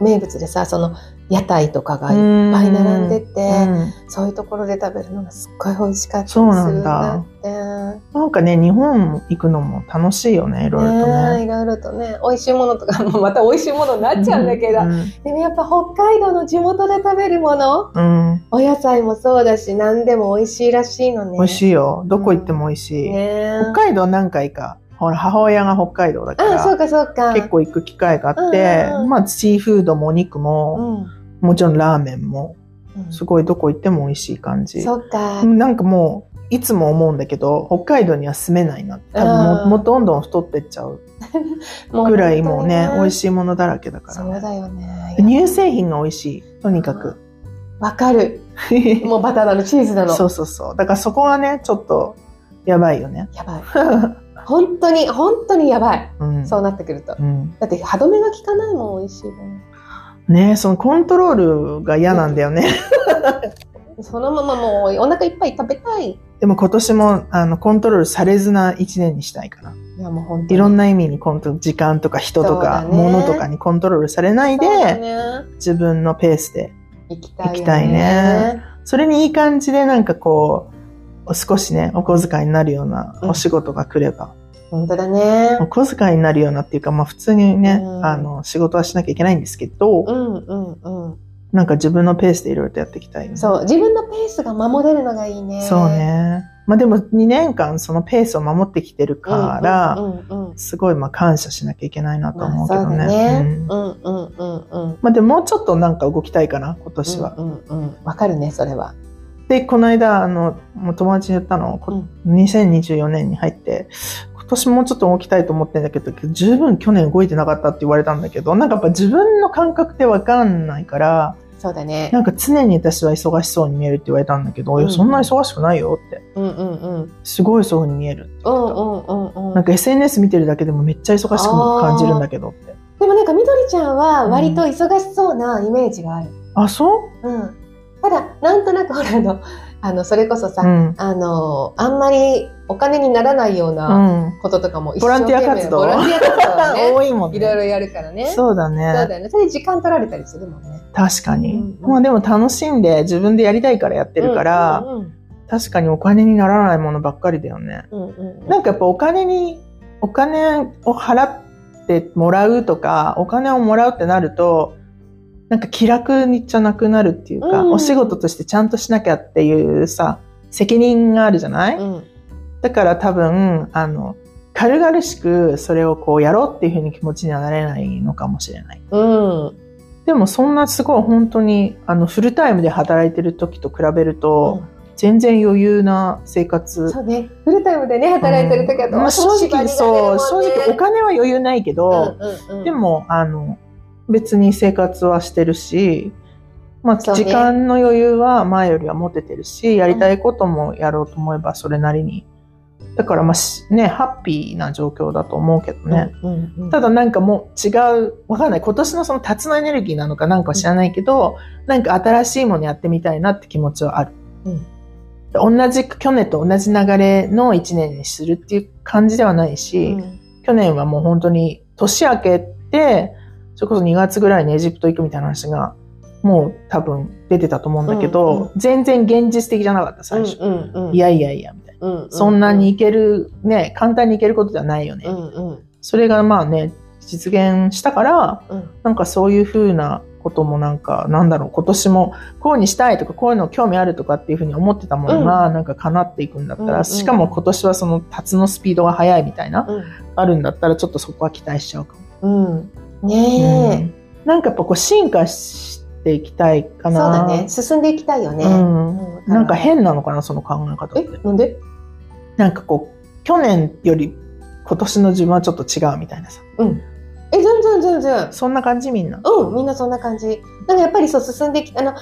Speaker 2: 名物でさ、その屋台とかがいっぱい並んでて、
Speaker 1: うん
Speaker 2: そういうところで食べるのがすっごい美味しかったりす
Speaker 1: そ
Speaker 2: る
Speaker 1: うんなん
Speaker 2: だ
Speaker 1: だ
Speaker 2: って。
Speaker 1: なんかね、日本行くのも楽しいよね、いろいろと
Speaker 2: ねえ
Speaker 1: ね。
Speaker 2: いろいろとね、美味しいものとか、もうまた美味しいものになっちゃうんだけど、
Speaker 1: うん
Speaker 2: でもやっぱ北海道の地元で食べるもの、
Speaker 1: うん、
Speaker 2: お野菜もそうだし、何でも美味しいらしいのね。
Speaker 1: 美味しいよ。どこ行っても美味しい。
Speaker 2: ね
Speaker 1: 北海道何回か、ほら、母親が北海道だか
Speaker 2: あ、そ
Speaker 1: ら、
Speaker 2: うかそうか。
Speaker 1: 結構行く機会があって
Speaker 2: うんうんう、ん
Speaker 1: まあ、シーフードもお肉
Speaker 2: う
Speaker 1: も、
Speaker 2: ん、
Speaker 1: もちろんラーメンも、
Speaker 2: うん
Speaker 1: すごいどこ行っても美味しい感じ。
Speaker 2: そっか。
Speaker 1: うんなんかもう、いつも思うんだけど、北海道には住めないな。多分も
Speaker 2: あー
Speaker 1: もうどんどん太ってっちゃう
Speaker 2: もう
Speaker 1: ぐらいもうね
Speaker 2: 本、当に
Speaker 1: 美味しいものだらけだから
Speaker 2: そ
Speaker 1: ね。
Speaker 2: うだよね。
Speaker 1: 乳製品が美味しい。とにかく。
Speaker 2: わかる。もうバターなの、チーズなの。
Speaker 1: そうそうそう。だからそこがね、ちょっと、やばいよね。
Speaker 2: やばい。本当に、本当にやばい。
Speaker 1: うん。
Speaker 2: そうなってくると。
Speaker 1: うん。
Speaker 2: だって歯止めが効かないもん、美味しいもん。
Speaker 1: ねそのコントロールが嫌なんだよね。
Speaker 2: そのままもうお腹いっぱい食べたい。い
Speaker 1: でも今年も、あの、コントロールされずな一年にしたいから。
Speaker 2: やもう本当
Speaker 1: い
Speaker 2: に。
Speaker 1: ろんな意味にコント、時間とか人とか、
Speaker 2: そうだね
Speaker 1: 物とかにコントロールされないで、
Speaker 2: そうだね、
Speaker 1: 自分のペースで。
Speaker 2: 行きたいよね。
Speaker 1: 行きたいねそれにいい感じでなんかこう、少しね、お小遣いになるような
Speaker 2: うん
Speaker 1: お仕事が来れば、
Speaker 2: 本当だね
Speaker 1: お。小遣いになるようなっていうか、まあ普通にね、
Speaker 2: うん
Speaker 1: あの、仕事はしなきゃいけないんですけど、
Speaker 2: うんうんう
Speaker 1: なんか自分のペースでいろいろとやっていきたいよね
Speaker 2: ん。そう、自分のペースが守れるのがいいね。
Speaker 1: そう。ね。まあでも2年間そのペースを守ってきてるから、
Speaker 2: うんうんうんうん
Speaker 1: すごいまあ感謝しなきゃいけないなと
Speaker 2: ま
Speaker 1: 思
Speaker 2: あ
Speaker 1: うけ
Speaker 2: そう
Speaker 1: どね。
Speaker 2: だね
Speaker 1: う。ん
Speaker 2: うんうんうんうん。
Speaker 1: まあでももうちょっとなんか動きたいかな、今年は。
Speaker 2: うんうんうん、わかるねそれは。
Speaker 1: で、この間、あの、もう友達に言ったの、こ2024年に入って、今年もうちょっと動きたいと思ってんだけど、十分去年動いてなかったって言われたんだけど、なんかやっぱ自分の感覚ってわかんないから、
Speaker 2: そうだね。
Speaker 1: なんか常に私は忙しそうに見えるって言われたんだけど、いやそんな忙しくないよって。
Speaker 2: うんうんうん。
Speaker 1: すごいそうに見えるって言って
Speaker 2: うん
Speaker 1: た。
Speaker 2: うんうんうん。
Speaker 1: なんか SNS 見てるだけでもめっちゃ忙しく感じるんだけどって。
Speaker 2: でもなんかみどりちゃんは割と忙しそうなイメージがある。
Speaker 1: あ、そ
Speaker 2: うん。ただなんとなくほらあのあのそれこそさ、
Speaker 1: ううん。
Speaker 2: あのあんまりお金にならないよう
Speaker 1: う。
Speaker 2: なんこととかも一
Speaker 1: ボランティア活動
Speaker 2: ボランティア活動
Speaker 1: あ
Speaker 2: はね。
Speaker 1: 多いもん
Speaker 2: いろい
Speaker 1: ね。
Speaker 2: ろやるからね。そう
Speaker 1: そうだね。
Speaker 2: だよね。それで時間取られたりするもんね。
Speaker 1: 確かに。
Speaker 2: うんうん
Speaker 1: まあでも楽しんで自分でやりたいからやってるから、
Speaker 2: うんうん
Speaker 1: 確かにお金にならないものばっかりだよね。
Speaker 2: うんうんうん。
Speaker 1: なんかやっぱお金に、お金を払ってもらうとか、お金をもらうってなると、なんか気楽にじゃなくなるっていうか、
Speaker 2: うん
Speaker 1: お仕事としてちゃんとしなきゃっていうさ、責任があるじゃない、
Speaker 2: うん
Speaker 1: だから多分、あの、軽々しくそれをこうやろうっていうふうに気持ちにはなれないのかもしれない。
Speaker 2: うん
Speaker 1: でもそんなすごい本当に、あの、フルタイムで働いてる時と比べると、全然余裕な生活
Speaker 2: そうね、フルタイムでね、働いてる時は
Speaker 1: まあ、正直そう正直お
Speaker 2: 金
Speaker 1: 金は余裕ないけど、で、もあの別に生活はしてるし、まあ、
Speaker 2: そうね
Speaker 1: 時間の余裕は前よりは持ててるしやりたいこともやろうと思えばそれなりにだからまあしねハッピーな状況だと思うけどね、
Speaker 2: うんうんうん
Speaker 1: ただなんかもう違うわかんない今年のその達のエネルギーなのかなんかは知らないけど、なんか新しいものやってみたいなって気持ちはある。
Speaker 2: うん
Speaker 1: 同じ去年と同じ流れの1年にするっていう感じではないし、
Speaker 2: うん
Speaker 1: 去年はもう本当に年明けて、それこそ2月ぐらいにエジプト行くみたいな話がもう多分出てたと思うんだけど、
Speaker 2: うんうん
Speaker 1: 全然現実的じゃなかった、最初。
Speaker 2: うんうんうん、
Speaker 1: いやいやいや、みたいな。
Speaker 2: うんうんうん、
Speaker 1: そんなにいける、ね、簡単にいけることではないよね。
Speaker 2: うんうん
Speaker 1: それがまあね、実現したから、
Speaker 2: うん
Speaker 1: なんかそういうふうなこともなんか、なんだろう、今年もこうにしたいとか、こういうの興味あるとかっていうふうに思ってたものが、
Speaker 2: うん
Speaker 1: なんか叶っていくんだった
Speaker 2: うん
Speaker 1: ら、
Speaker 2: うん
Speaker 1: しかも今年はその達のスピードが速いみたいな、
Speaker 2: うん
Speaker 1: あるんだったら、ちょっとそこは期待しちゃうかも。
Speaker 2: うん。ねえ、
Speaker 1: うんなんかやっぱこう進化していきたいか
Speaker 2: そう
Speaker 1: な。
Speaker 2: だね。進んでいきたいよね。
Speaker 1: うん。
Speaker 2: う
Speaker 1: なんか変なのかな、その考え方っ
Speaker 2: え
Speaker 1: て。
Speaker 2: なんで？
Speaker 1: なんかこう、去年より今年の自分はちょっと違うみたいなさ。
Speaker 2: え全然全然。
Speaker 1: そんな感じみんな。
Speaker 2: うんみんなそんな感じ。なんかやっぱりそう進んできあの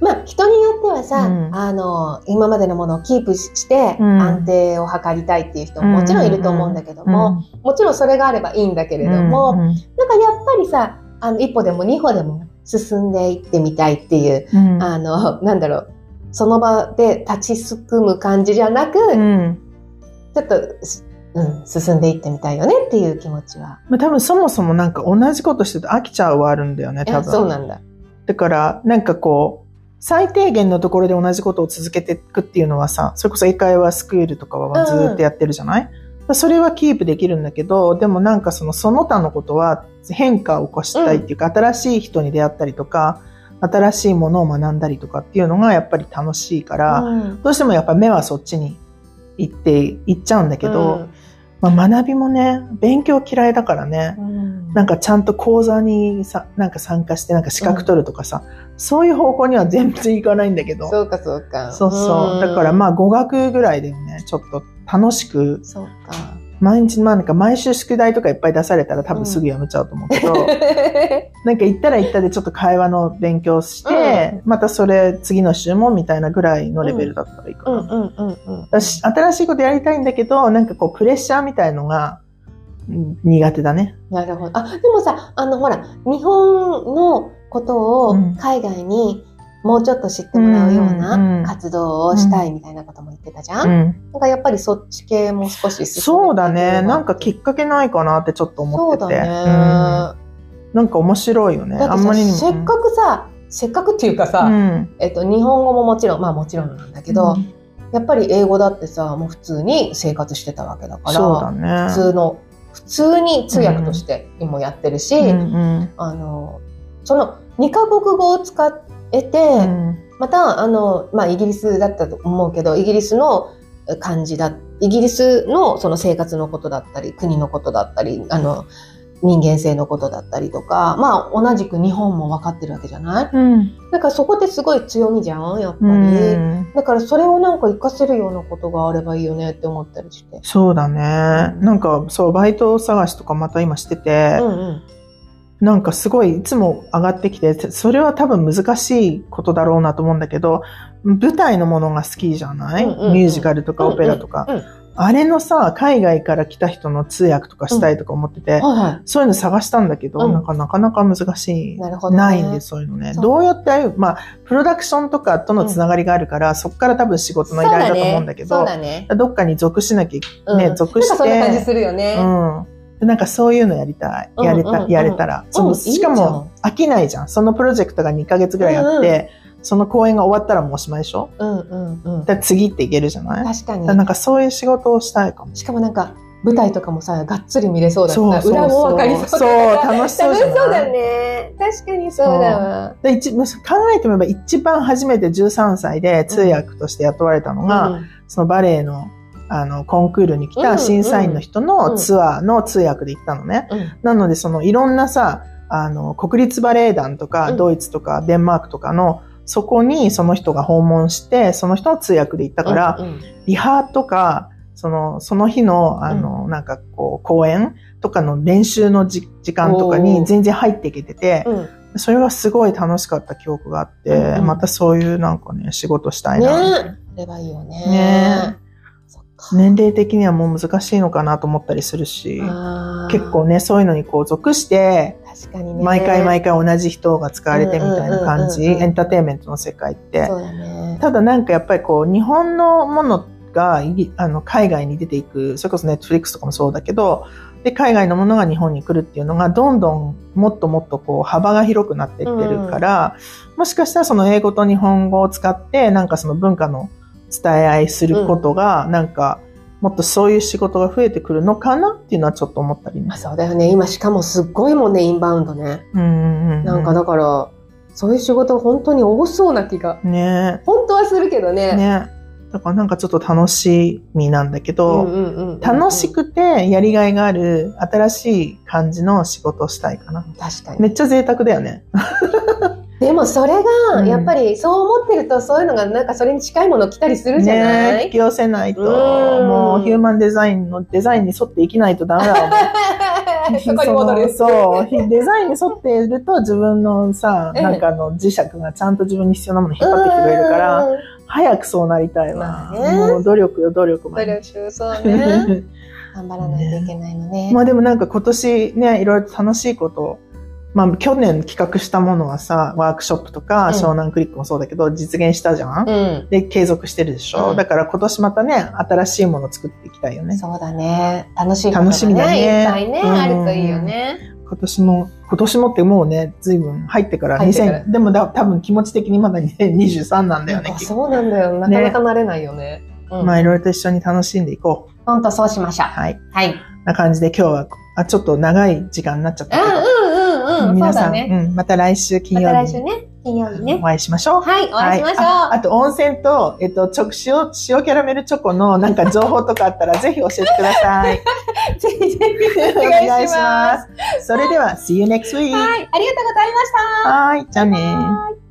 Speaker 2: まあ人によってはさ、
Speaker 1: うん
Speaker 2: あの今までのものをキープしして
Speaker 1: うん
Speaker 2: 安定を図りたいっていう人ももちろんいると思うんだけども、もちろんそれがあればいいんだけ
Speaker 1: け
Speaker 2: れども、なんかやっぱりさあの一歩でも二歩でも進んでいってみたいっていう
Speaker 1: うん
Speaker 2: あの、なんだろう、その場で立ちすくむ感じじゃなく、
Speaker 1: うん
Speaker 2: ちょっとし、うん、進んでいってみたいよねっていう気持ちは。
Speaker 1: まあ、多分そもそもなんか同じことしてると飽きちゃうはあるんだよね
Speaker 2: い
Speaker 1: 多
Speaker 2: や
Speaker 1: 分
Speaker 2: そうなんだ。
Speaker 1: だからなんかこう最低限のところで同じことを続けていくっていうのはさそれこそ英会話スクールとかはずーっとやってるじゃない、それはキープできるんだけどでもなんかそのその他のことは変化を起こしたいっていうか、新しい人に出会ったりとか新しいものを学んだりとかっていうのがやっぱり楽しいから、
Speaker 2: うん
Speaker 1: どうしてもやっぱ目はそっちに行って行っちゃうんだけど、、まあ、学びもね勉強嫌いだからね
Speaker 2: うん
Speaker 1: なんかちゃんと講座にさなんか参加してなんか資格取るとかさ、そういう方向には全然いかないんだけど
Speaker 2: そうかそうか。
Speaker 1: そうそうだからまあ語学ぐらいでもねちょっと楽しく
Speaker 2: あそうか。
Speaker 1: 毎日まあなんか毎週宿題とかいっぱい出されたら多分すぐやめちゃうと思うけど、 なんか行ったら行ったでちょっと会話の勉強して、またそれ次の週もみたいなぐらいのレベルだったらいいか
Speaker 2: う
Speaker 1: な、
Speaker 2: んうんうんうん。
Speaker 1: だし新しいことやりたいんだけどなんかこうプレッシャーみたいのがうん苦手だね。
Speaker 2: なるほど。あ、でもさ、あの、ほら、日本のことを
Speaker 1: うん
Speaker 2: 海外にもうちょっと知ってもらうよう
Speaker 1: うんう
Speaker 2: なん活動をしたいみたいなことも言ってたじゃん、
Speaker 1: うん、
Speaker 2: なんかやっぱりそっち系も少し進んでいければ
Speaker 1: そうだねなんかきっかけないかなってちょっと思ってて
Speaker 2: そうだね。
Speaker 1: うんなんか面白いよね
Speaker 2: だ
Speaker 1: あ
Speaker 2: って
Speaker 1: ん
Speaker 2: さ
Speaker 1: まりにも
Speaker 2: せっかくさ、せっかくっていうかさ、
Speaker 1: うん
Speaker 2: えっと、日本語ももちろん、まあもちろんなんだけど、
Speaker 1: うん
Speaker 2: やっぱり英語だってさ、もう普通に生活してたわけだから、
Speaker 1: そうだね
Speaker 2: 普通の、普通に通訳として今やってるし、
Speaker 1: うんうん
Speaker 2: あの、その2カ国語を使えて、
Speaker 1: うん
Speaker 2: また、あの、まあイギリスだったと思うけど、イギリスの漢字だ、イギリスのその生活のことだったり、国のことだったり、あの、人間性のことだったりとか、まあ同じく日本も分かってるわけじゃない
Speaker 1: うん
Speaker 2: だからそこってすごい強みじゃん、やっぱり。
Speaker 1: うん
Speaker 2: だからそれをなんか活かせるようなことがあればいいよねって思ったりして。
Speaker 1: そうだねなんかそうバイト探しとかまた今してて
Speaker 2: う、んうん。
Speaker 1: なんかすごいいつも上がってきてそれは多分難しいことだろうなと思うんだけど舞台のものが好きじゃない、
Speaker 2: うんうんうん
Speaker 1: ミュージカルとかオペラとか、
Speaker 2: うんうん
Speaker 1: あれのさ海外から来た人の通訳とかしたいとか思ってて、
Speaker 2: はいは
Speaker 1: そういうの探したんだけど、
Speaker 2: うん
Speaker 1: なんかなかなか難し
Speaker 2: い。
Speaker 1: い。
Speaker 2: なるほど、ね。
Speaker 1: ないんです、そういうのね。
Speaker 2: そう
Speaker 1: どうやって、まあ、プロダクションとかとのつながりがあるから、そこから多分仕事の依頼だと思うんだけ
Speaker 2: そ
Speaker 1: ど、
Speaker 2: うだね。
Speaker 1: どっかに属しなきゃいけ
Speaker 2: そうだ
Speaker 1: ね属して
Speaker 2: なんかそんな感じするよね。
Speaker 1: うん。なんかそういうのやりたい。やれた、
Speaker 2: うんうんうん
Speaker 1: やれたら。その
Speaker 2: うんいいじゃん
Speaker 1: しかも飽きないじゃん。そのプロジェクトが2ヶ月ぐらいあって、その公演が終わったらもうおしまいでしょ
Speaker 2: うんうんうん。
Speaker 1: だから次っていけるじゃないだか
Speaker 2: 確から
Speaker 1: な
Speaker 2: に。
Speaker 1: んかそういう仕事をしたいかも。
Speaker 2: しかもなんか舞台とかもさ、がっつり見れそうだし
Speaker 1: そう
Speaker 2: さ
Speaker 1: そうそう
Speaker 2: 裏もわかりそうだから
Speaker 1: そう楽しそうじゃない
Speaker 2: 楽しそうだね。確かにそうだわ。
Speaker 1: で一考えてみれば一番初めて13歳で通訳として雇われたのが、
Speaker 2: うん
Speaker 1: そのバレエのあのコンクールに来
Speaker 2: うんう
Speaker 1: た
Speaker 2: ん
Speaker 1: 審査員の人のツアーの通訳で行ったのね。
Speaker 2: うん
Speaker 1: なので、そのいろんなさ、あの、国立バレエ団とか、
Speaker 2: うん
Speaker 1: ドイツとか、デンマークとかの、そこにその人が訪問して、その人の通訳で行ったから、
Speaker 2: うんうん
Speaker 1: リハとか、その、その日の、あの、なんかこう、公演とかの練習のじ時間とか
Speaker 2: おー
Speaker 1: に全然入っていけてて、
Speaker 2: うん
Speaker 1: それはすごい楽しかった記憶があって、
Speaker 2: うんうん
Speaker 1: またそういうなんかね、仕事したい
Speaker 2: ね
Speaker 1: な。
Speaker 2: え。それはいいよね。
Speaker 1: ね
Speaker 2: そっか。
Speaker 1: 年齢的にはもう難しいのかなと思ったりするし、
Speaker 2: あー
Speaker 1: 結構ね、そういうのにこう属して、
Speaker 2: 確かにね。
Speaker 1: 毎回毎回同じ人が使われてみたいな感じ、
Speaker 2: うんうんうんうん
Speaker 1: エンターテインメントの世界って。
Speaker 2: そうだね。
Speaker 1: ただなんかやっぱりこう、日本のものがいあの海外に出ていく、それこそネットフリックスとかもそうだけど、でで、海外のものが日本に来るっていうのが、どんどんもっともっとこう幅が広くなってってるから、もしかしたらその英語と日本語を使って、なんかその文化の伝え合いすることが、なんか、もっとそういう仕事が増えてくるのかなっていうのはちょっと思ったりね
Speaker 2: まあ、。そうだよね。今しかもすっごいもんね、インバウンドね。
Speaker 1: うんうんうん。
Speaker 2: なんかだから、そういう仕事本当に多そうな気が。
Speaker 1: ね
Speaker 2: 本当はするけどね。
Speaker 1: ね。だからなんかちょっと楽しみなんだけど、
Speaker 2: うんうんうんうん
Speaker 1: 楽し。くてやりがいがある新しい感じの仕事をしたいかな。
Speaker 2: 確かに。
Speaker 1: めっちゃ贅沢だよね。
Speaker 2: でもそれ
Speaker 1: う
Speaker 2: が、
Speaker 1: ん
Speaker 2: やっぱりそう思ってると、そういうのがなんかそれに近いもの来たりするじゃな
Speaker 1: ね
Speaker 2: い、
Speaker 1: 引き寄せないと、
Speaker 2: うん
Speaker 1: もうヒューマンデザインのデザインに沿って生きないとダメだよね
Speaker 2: そこに戻る。
Speaker 1: そのそう。デザインに沿っていると自分のさ、
Speaker 2: うん
Speaker 1: なんかあの磁石がちゃんと自分に必要なものを引っ張ってきてくれるから、
Speaker 2: うん。
Speaker 1: 早くそうなりたいわ。
Speaker 2: まあね
Speaker 1: もう努力よ、努力
Speaker 2: 努
Speaker 1: まで。
Speaker 2: 力中、そうね。頑張らないといけないのね。
Speaker 1: まあでもなんか今年ね、いろいろと楽しいことを、まあ去年企画したものはさ、ワークショップとか
Speaker 2: うん
Speaker 1: 湘南クリックもそうだけど実現したじゃん、
Speaker 2: うん。
Speaker 1: で、継続してるでしょ、
Speaker 2: うん
Speaker 1: だから今年またね、新しいものを作っていきたいよね。
Speaker 2: そうだね。楽しいことがね、
Speaker 1: 楽しみだね
Speaker 2: いっぱいね、
Speaker 1: うん
Speaker 2: あるといいよね。
Speaker 1: 今年も、今年もってもうね、随分入ってから
Speaker 2: 入ってから
Speaker 1: 2000、でもだ多分気持ち 的にまだ2023なんだよね
Speaker 2: あ。
Speaker 1: 結局
Speaker 2: そうなんだよ。なかなか慣れないよね。うん
Speaker 1: まあいろいろと一緒に楽しんでいこう。
Speaker 2: ほんとそうしましょう。
Speaker 1: はい。
Speaker 2: はい。
Speaker 1: な感じで今日は、あ、ちょっと長い時間になっちゃったけど、
Speaker 2: うんうんうんうん。そ
Speaker 1: 皆
Speaker 2: う
Speaker 1: さ
Speaker 2: だ
Speaker 1: ん、
Speaker 2: ね。
Speaker 1: うんまた来週金
Speaker 2: ま
Speaker 1: 曜
Speaker 2: た来
Speaker 1: 日
Speaker 2: 週
Speaker 1: に
Speaker 2: ね。金曜日ね
Speaker 1: お。会いしましょう。
Speaker 2: はい、お会いしましょう。
Speaker 1: はいああと、温泉と、えっと、チョ塩、塩キャラメルチョコのなんか情報とかあった ら、ぜひ教えてください。
Speaker 2: ぜひぜ
Speaker 1: お
Speaker 2: ひお願
Speaker 1: 願
Speaker 2: い
Speaker 1: い
Speaker 2: し
Speaker 1: し
Speaker 2: ます。
Speaker 1: ます。それでは、see you next week!
Speaker 2: はい、ありがとうございました。
Speaker 1: はい、じゃあね
Speaker 2: バイバイ